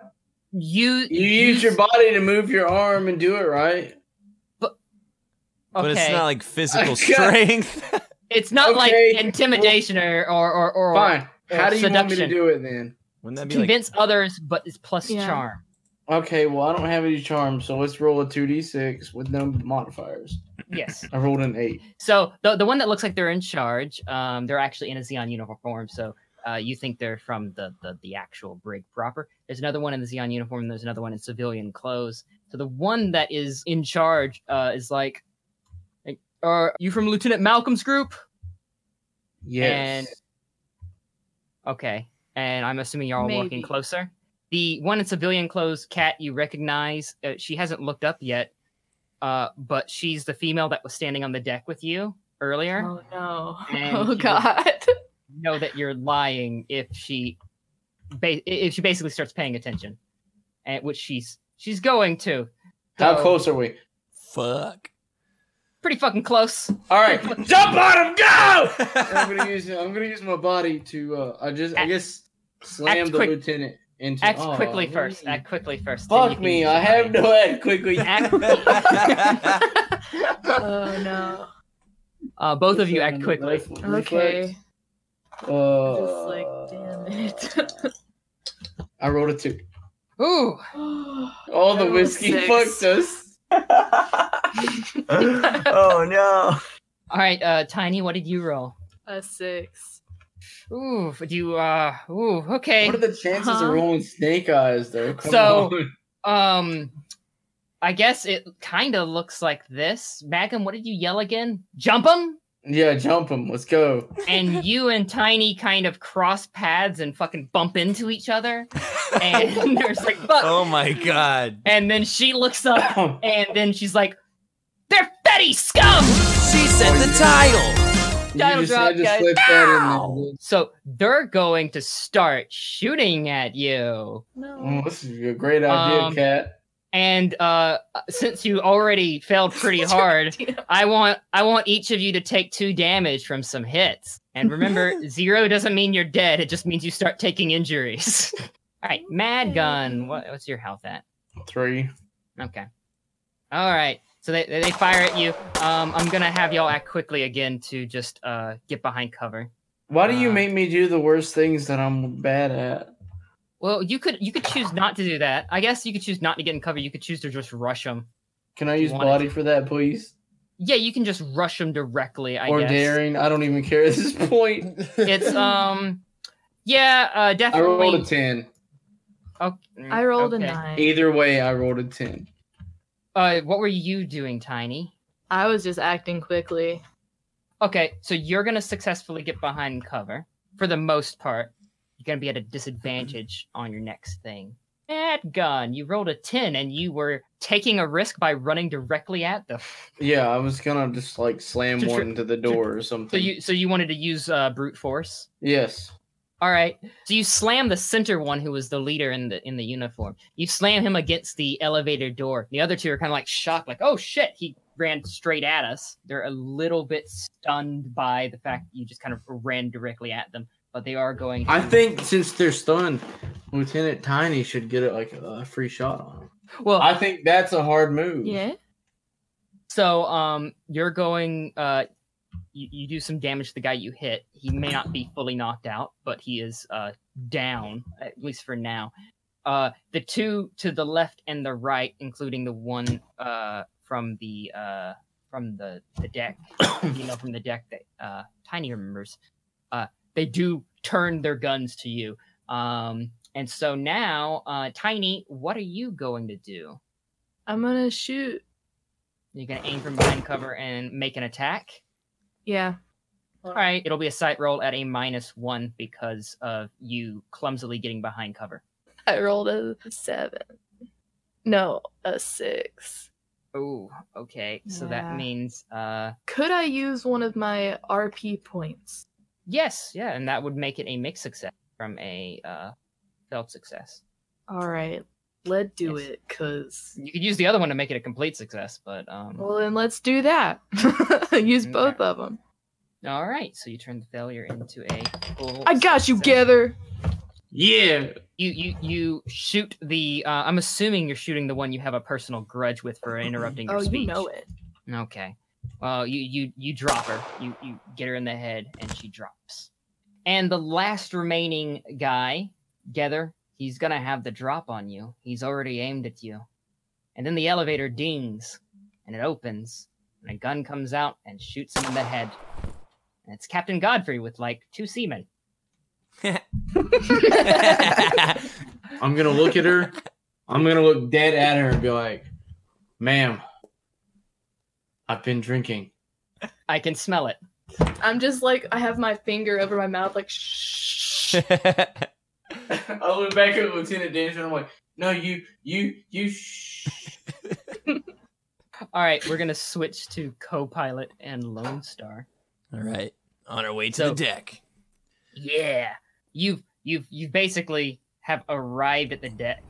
Speaker 1: You
Speaker 6: You use your body to move your arm and do it right.
Speaker 1: Okay. Oh,
Speaker 4: But it's not like physical
Speaker 6: Okay.
Speaker 4: strength.
Speaker 1: It's not
Speaker 6: Okay.
Speaker 1: like intimidation or or or, or
Speaker 6: Fine. How do you want me to
Speaker 1: seduction.
Speaker 6: do it then?
Speaker 4: Wouldn't that be like
Speaker 1: convince others, but it's plus
Speaker 5: Yeah.
Speaker 1: charm.
Speaker 6: Okay, well I don't have any charm, so let's roll a two d six with no modifiers.
Speaker 1: Yes.
Speaker 6: I rolled an eight.
Speaker 1: So the the one that looks like they're in charge, um, they're actually in a Xeon uniform. So uh, you think they're from the, the the actual brig proper. There's another one in the Xeon uniform. And there's another one in civilian clothes. So the one that is in charge uh, is like, like, are you from Lieutenant Malcolm's group?
Speaker 6: Yes.
Speaker 1: Okay. And I'm assuming you're all working
Speaker 5: Maybe.
Speaker 1: closer. The one in civilian clothes, Cat, you recognize. Uh, she hasn't looked up yet, uh, but she's the female that was standing on the deck with you earlier.
Speaker 5: Oh no!
Speaker 1: And
Speaker 5: oh
Speaker 1: you-
Speaker 5: god!
Speaker 1: Know that you're lying if she, ba- if she basically starts paying attention, and which she's she's going to.
Speaker 6: How
Speaker 1: So,
Speaker 6: close are we?
Speaker 4: fuck?
Speaker 1: Pretty fucking close.
Speaker 6: All right.
Speaker 2: Jump on him, go!
Speaker 6: I'm gonna use I'm gonna use my body to uh I just I
Speaker 1: Act-
Speaker 6: guess slam
Speaker 1: act
Speaker 6: the
Speaker 1: quick-
Speaker 6: lieutenant into
Speaker 1: Act
Speaker 6: Aw,
Speaker 1: quickly
Speaker 6: man.
Speaker 1: first. Act quickly first. then you
Speaker 6: Oh, Fuck
Speaker 1: can
Speaker 6: me,
Speaker 1: use your
Speaker 6: I have
Speaker 1: brain.
Speaker 6: no act quickly.
Speaker 1: Act,
Speaker 5: oh no!
Speaker 1: uh, both of you act quickly.
Speaker 5: Okay.
Speaker 6: Uh,
Speaker 5: Just like damn it.
Speaker 6: I rolled a two.
Speaker 1: Ooh,
Speaker 6: All
Speaker 5: I
Speaker 6: the
Speaker 5: rolled a
Speaker 6: whiskey
Speaker 5: six.
Speaker 6: fucked us.
Speaker 3: oh no.
Speaker 1: All right, uh, Tiny, what did you roll?
Speaker 5: A six.
Speaker 1: Ooh, do you, uh, ooh, okay.
Speaker 6: What are the chances
Speaker 5: Huh?
Speaker 6: of rolling snake eyes though? Come
Speaker 1: So-
Speaker 6: on.
Speaker 1: um, I guess it kind of looks like this. Magnum, what did you yell again? Jump him?
Speaker 6: yeah, jump him. Let's go.
Speaker 1: And you and Tiny kind of cross paths and fucking bump into each other. And there's like, fuck.
Speaker 4: Oh my god.
Speaker 1: And then she looks up and then she's like, they're fetty scum!
Speaker 4: She said the title.
Speaker 5: Title
Speaker 6: just
Speaker 5: drop,
Speaker 6: had to
Speaker 5: guys.
Speaker 6: slip that in there.
Speaker 1: So they're going to start shooting at you.
Speaker 5: No.
Speaker 6: Mm, this is a great idea,
Speaker 1: Um,
Speaker 6: Cat.
Speaker 1: And uh, since you already failed pretty hard, I want I want each of you to take two damage from some hits. And remember, zero doesn't mean you're dead; it just means you start taking injuries. All right, Mad Gun, what, what's your health at?
Speaker 6: Three.
Speaker 1: Okay. All right. So they, they they fire at you. Um, I'm gonna have y'all act quickly again to just uh get behind cover.
Speaker 6: Why do you
Speaker 1: Uh,
Speaker 6: make me do the worst things that I'm bad at?
Speaker 1: Well, you could you could choose not to do that. I guess you could choose not to get in cover. You could choose to just rush them.
Speaker 6: Can I use
Speaker 1: wanted-
Speaker 6: body for that, please?
Speaker 1: Yeah, you can just rush them directly. I
Speaker 6: or
Speaker 1: guess.
Speaker 6: daring? I don't even care at this point.
Speaker 1: It's um, yeah, uh,
Speaker 6: I
Speaker 1: definitely.
Speaker 6: rolled a ten.
Speaker 1: Mm,
Speaker 5: I rolled
Speaker 1: okay.
Speaker 5: a nine.
Speaker 6: Either way, I rolled a ten.
Speaker 1: Uh, what were you doing, Tiny?
Speaker 5: I was just acting quickly.
Speaker 1: Okay, so you're gonna successfully get behind cover for the most part. You're gonna be at a disadvantage on your next thing. Mad gun, you rolled a ten, and you were taking a risk by running directly at them.
Speaker 6: Yeah, I was gonna just like slam
Speaker 1: To tr-
Speaker 6: one into the door or
Speaker 1: So
Speaker 6: something.
Speaker 1: you, so you wanted to use uh, brute force.
Speaker 6: yes.
Speaker 1: All right. So you slam the center one who was the leader in the in the uniform. You slam him against the elevator door. The other two are kind of like shocked, like, "Oh shit!" He ran straight at us. They're a little bit stunned by the fact that you just kind of ran directly at them, but they are going.
Speaker 6: I think since they're stunned, Lieutenant Tiny should get it like a free shot on him.
Speaker 1: well,
Speaker 6: I think that's a hard move.
Speaker 5: Yeah.
Speaker 1: so um, you're going. Uh, you, you do some damage to the guy you hit. He may not be fully knocked out, but he is uh down at least for now. Uh, the two to the left and the right, including the one uh, from the uh, from the, the deck, you know, from the deck that uh, Tiny remembers. Uh, they do turn their guns to you, um, and so now, uh, Tiny, what are you going to do?
Speaker 5: I'm gonna shoot.
Speaker 1: You're gonna aim from behind cover and make an attack.
Speaker 5: Yeah.
Speaker 1: All right, it'll be a sight roll at a minus one because of you clumsily getting behind cover.
Speaker 5: I rolled a seven. No, a six.
Speaker 1: Oh, okay. So that
Speaker 5: Yeah.
Speaker 1: means uh
Speaker 5: Could I use one of my RP points?
Speaker 1: yes, yeah, and that would make it a mixed success from a uh failed success.
Speaker 5: All right, let's do
Speaker 1: Yes.
Speaker 5: it, cause
Speaker 1: You could use the other one to make it a complete success, but um
Speaker 5: well, then let's do that. use
Speaker 1: Okay.
Speaker 5: both of them.
Speaker 1: all right, so you turn the failure into a full
Speaker 5: I got you,
Speaker 1: success.
Speaker 5: Gather.
Speaker 6: Yeah.
Speaker 1: You you you shoot the uh I'm assuming you're shooting the one you have a personal grudge with for interrupting your
Speaker 5: Oh,
Speaker 1: speech.
Speaker 5: you know it.
Speaker 1: Okay. Well, you you you drop her. You you get her in the head, and she drops. And the last remaining guy, Gether, he's gonna have the drop on you. He's already aimed at you. And then the elevator dings, and it opens, and a gun comes out and shoots him in the head. And it's Captain Godfrey with like two seamen.
Speaker 6: I'm gonna look at her. I'm gonna look dead at her and be like, "Ma'am, I've been drinking."
Speaker 1: I can smell it.
Speaker 5: I'm just like I have my finger over my mouth, like shh.
Speaker 6: I look back at Lieutenant Dancer and I'm like, "No, you, you, you." Shh.
Speaker 1: All right, we're gonna switch to co-pilot and Lone Star.
Speaker 4: All right, on our way to
Speaker 1: So-
Speaker 4: the deck.
Speaker 1: Yeah, you've you've you basically have arrived at the deck,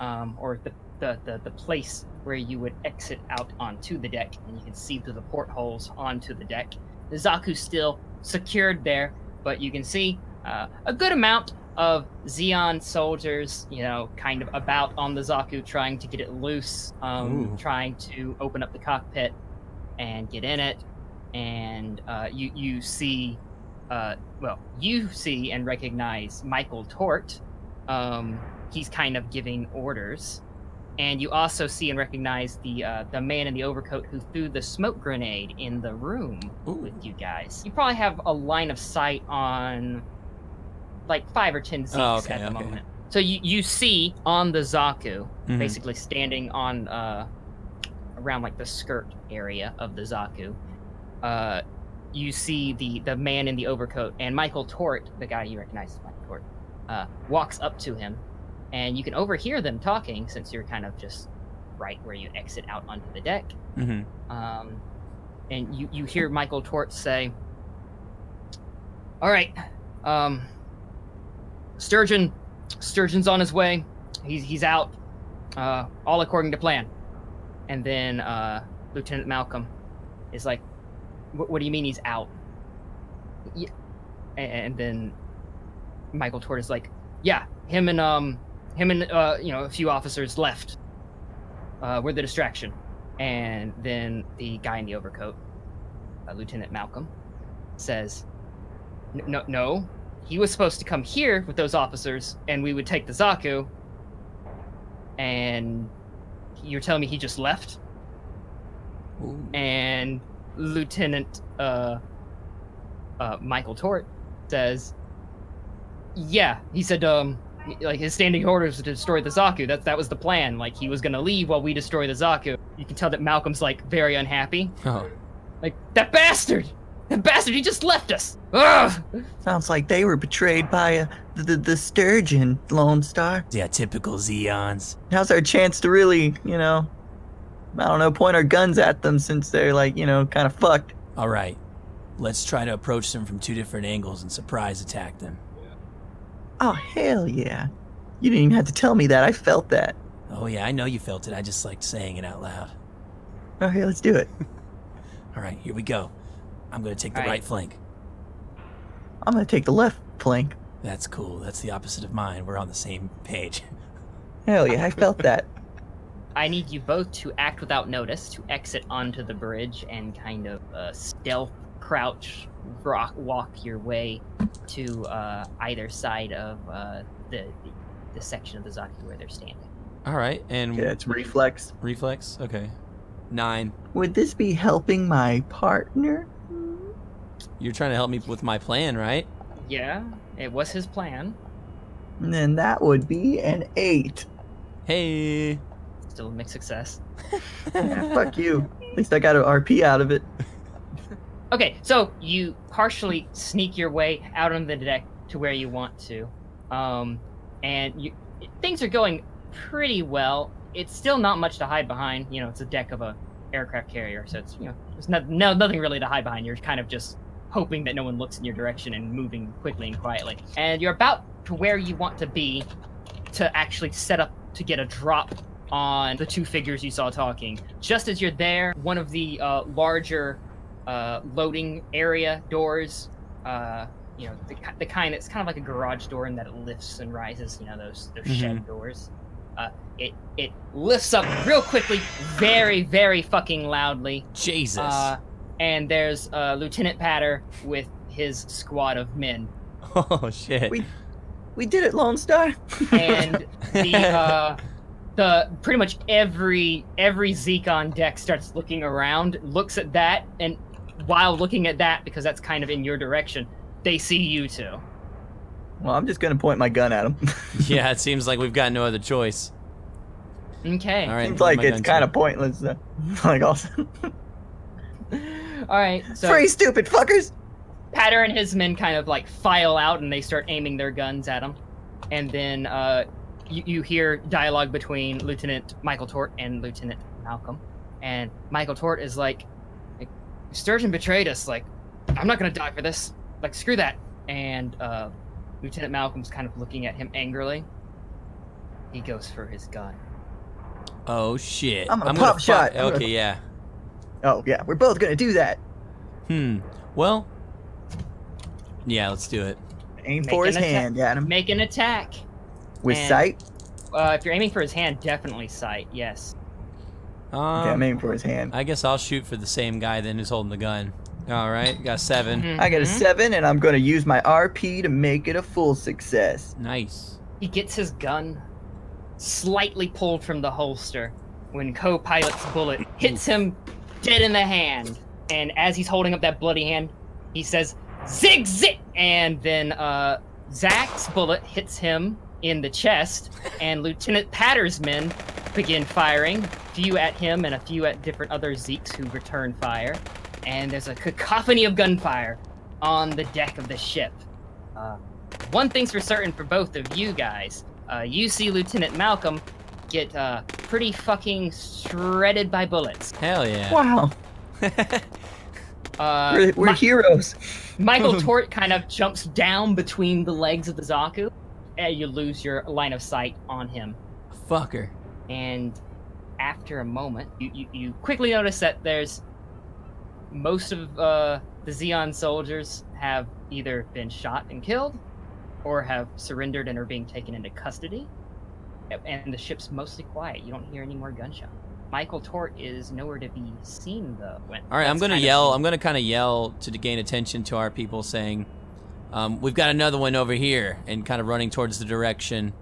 Speaker 1: um, or the, the the the place where you would exit out onto the deck, and you can see through the portholes onto the deck. The Zaku's still secured there, but you can see uh, a good amount of Xeon soldiers, you know, kind of about on the Zaku, trying to get it loose, um,
Speaker 4: Ooh.
Speaker 1: trying to open up the cockpit and get in it. And uh, you you see uh, well, you see and recognize Michael Tort. Um, he's kind of giving orders, and you also see and recognize the uh, the man in the overcoat who threw the smoke grenade in the room
Speaker 4: Ooh.
Speaker 1: with you guys. You probably have a line of sight on like five or ten seats
Speaker 4: Oh, okay,
Speaker 1: at the
Speaker 4: okay.
Speaker 1: moment. So you you see on the Zaku,
Speaker 4: Mhm.
Speaker 1: basically standing on uh, around like the skirt area of the Zaku. Uh, you see the the man in the overcoat and Michael Tort, the guy you recognize as Michael Tort, uh, walks up to him, and you can overhear them talking since you're kind of just right where you exit out onto the deck.
Speaker 4: Mhm.
Speaker 1: Um, and you you hear Michael Tort say, All right. Um, Sturgeon, Sturgeon's on his way. He's he's out. Uh, all according to plan. And then uh, Lieutenant Malcolm is like, "Wh- "What do you mean he's out?" Yeah. And then Michael Tort is like, "Yeah, him and um, him and uh, you know, a few officers left. Uh, we're the distraction." And then the guy in the overcoat, uh, Lieutenant Malcolm, says, "N- "No, no, he was supposed to come here with those officers, and we would take the Zaku. And you're telling me he just left?" And Lieutenant uh, uh, Michael Tort says, "Yeah, he said um." Like his standing orders to destroy the Zaku. That that was the plan. Like he was gonna leave while we destroy the Zaku. You can tell that Malcolm's like very unhappy.
Speaker 4: Oh.
Speaker 1: Like that bastard! That bastard! He just left us. Ugh!
Speaker 7: Sounds like they were betrayed by uh, the, the the sturgeon, Lone Star.
Speaker 4: Yeah, typical Zeons.
Speaker 7: Now's our chance to really, you know, I don't know, point our guns at them since they're like, you know, kind of fucked.
Speaker 4: All right, let's try to approach them from two different angles and surprise attack them.
Speaker 7: Oh hell yeah! You didn't even have to tell me that. I felt that.
Speaker 4: Oh yeah, I know you felt it. I just liked saying it out loud.
Speaker 7: Okay, Oh, let's do it.
Speaker 4: All right, here we go. I'm gonna take the
Speaker 1: All
Speaker 4: right.
Speaker 1: right.
Speaker 4: flank.
Speaker 7: I'm gonna take the left flank.
Speaker 4: That's cool. That's the opposite of mine. We're on the same page.
Speaker 7: Hell yeah, I felt that.
Speaker 1: I need you both to act without notice to exit onto the bridge and kind of uh, stealth crouch rock walk your way to uh, either side of uh, the, the the section of the Zaku where they're standing.
Speaker 4: All right, and
Speaker 7: Yeah, it's reflex.
Speaker 4: reflex. Okay, nine.
Speaker 7: Would this be helping my partner?
Speaker 4: You're trying to help me with my plan, right?
Speaker 1: Yeah, it was his plan.
Speaker 7: And then that would be an eight.
Speaker 4: Hey.
Speaker 1: Still a mixed success.
Speaker 7: Yeah, fuck you. At least I got an RP out of it.
Speaker 1: Okay, so you partially sneak your way out on the deck to where you want to, um, and you, things are going pretty well. It's still not much to hide behind. You know, it's a deck of a aircraft carrier, so it's you know, there's not, no nothing really to hide behind. You're kind of just hoping that no one looks in your direction and moving quickly and quietly. And you're about to where you want to be to actually set up to get a drop on the two figures you saw talking. Just as you're there, one of the uh, larger uh, loading area doors. Uh, you know, the, ki- the kind that's kind of like a garage door in that it lifts and rises. You know, those those shed doors. Uh, it it lifts up real quickly, very very fucking loudly.
Speaker 4: Jesus.
Speaker 1: Uh, and there's uh, Lieutenant Patter with his squad of men,
Speaker 4: oh shit.
Speaker 7: We- We did it, Lone Star.
Speaker 1: and the uh, the pretty much every every Zeke on deck starts looking around, looks at that, and while looking at that because that's kind of in your direction, they see you two.
Speaker 7: Well, I'm just gonna point my gun at him.
Speaker 4: yeah, it seems like we've got no other choice.
Speaker 1: Okay.
Speaker 4: All right.
Speaker 7: Seems
Speaker 4: what
Speaker 7: like
Speaker 4: am I
Speaker 7: it's
Speaker 4: gonna
Speaker 7: kind
Speaker 4: do?
Speaker 7: of pointless. uh, like also,
Speaker 1: All right. So
Speaker 7: free stupid fuckers.
Speaker 1: Patter and his men kind of like file out and they start aiming their guns at him, and then uh, you, you hear dialogue between Lieutenant Michael Tort and Lieutenant Malcolm, and Michael Tort is like, like, "Sturgeon betrayed us. Like, I'm not gonna die for this. Like, screw that." And uh, Lieutenant Malcolm's kind of looking at him angrily. He goes for his gun.
Speaker 4: Oh shit.
Speaker 7: I'm gonna pop
Speaker 4: fuck-
Speaker 7: shot. I'm
Speaker 4: Okay,
Speaker 7: gonna-
Speaker 4: yeah.
Speaker 7: Oh yeah, we're both gonna do that.
Speaker 4: Hmm. Well. Yeah, let's do it.
Speaker 7: Aim
Speaker 1: Make
Speaker 7: for
Speaker 1: an
Speaker 7: his
Speaker 1: attack.
Speaker 7: hand at him
Speaker 1: Make an attack.
Speaker 7: with
Speaker 1: and-
Speaker 7: sight.
Speaker 1: Uh, if you're aiming for his hand, definitely sight. Yes.
Speaker 4: Um, uh,
Speaker 7: Okay, I'm aiming for his hand.
Speaker 4: I guess I'll shoot for the same guy then who's holding the gun. All right, got 7
Speaker 3: Mm-hmm.
Speaker 1: Mhm.
Speaker 7: I got a seven, and I'm gonna use my RP to make it a full success.
Speaker 4: Nice.
Speaker 1: He gets his gun slightly pulled from the holster when co pilot's bullet hits him dead in the hand. And as he's holding up that bloody hand, he says, Zig zig! And then uh, Zach's bullet hits him in the chest, and Lieutenant Patter's men begin firing, few at him and a few at different other Zeeks who return fire. And there's a cacophony of gunfire on the deck of the ship. Uh, one thing's for certain for both of you guys. Uh, you see Lieutenant Malcolm get uh, pretty fucking shredded by bullets.
Speaker 4: Hell yeah.
Speaker 7: Wow.
Speaker 1: Uh,
Speaker 7: We're, we're
Speaker 1: Mi-
Speaker 7: heroes.
Speaker 1: Michael Tort kind of jumps down between the legs of the Zaku, and you lose your line of sight on him.
Speaker 4: Fucker.
Speaker 1: And after a moment, you, you, you quickly notice that there's most of uh, the Xeon soldiers have either been shot and killed, or have surrendered and are being taken into custody. And the ship's mostly quiet. You don't hear any more gunshots. Michael Tort is nowhere to be seen, though.
Speaker 4: All right, I'm gonna yell. I'm gonna kind of yell to gain attention to our people, saying, um, "We've got another one over here," and kind of running towards the direction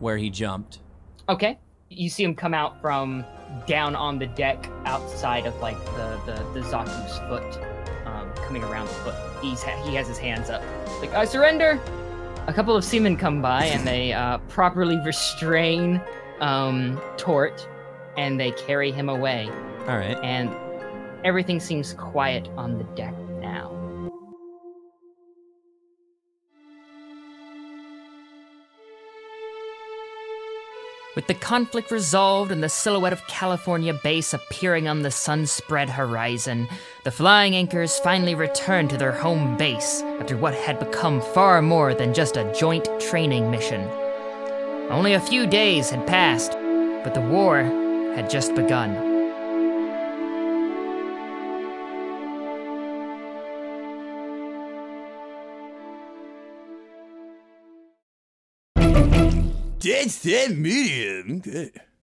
Speaker 4: where he jumped.
Speaker 1: Okay. You see him come out from down on the deck outside of like the the, the Zaku's foot, um, coming around the foot. He's ha- he has his hands up, like I surrender. A couple of seamen come by and they uh, properly restrain um, Tort, and they carry him away.
Speaker 4: All right.
Speaker 1: And everything seems quiet on the deck now.
Speaker 8: With the conflict resolved and the silhouette of California base appearing on the sun-spread horizon, the flying anchors finally returned to their home base after what had become far more than just a joint training mission. Only a few days had passed, but the war had just begun.
Speaker 4: Dead, dead medium. Good.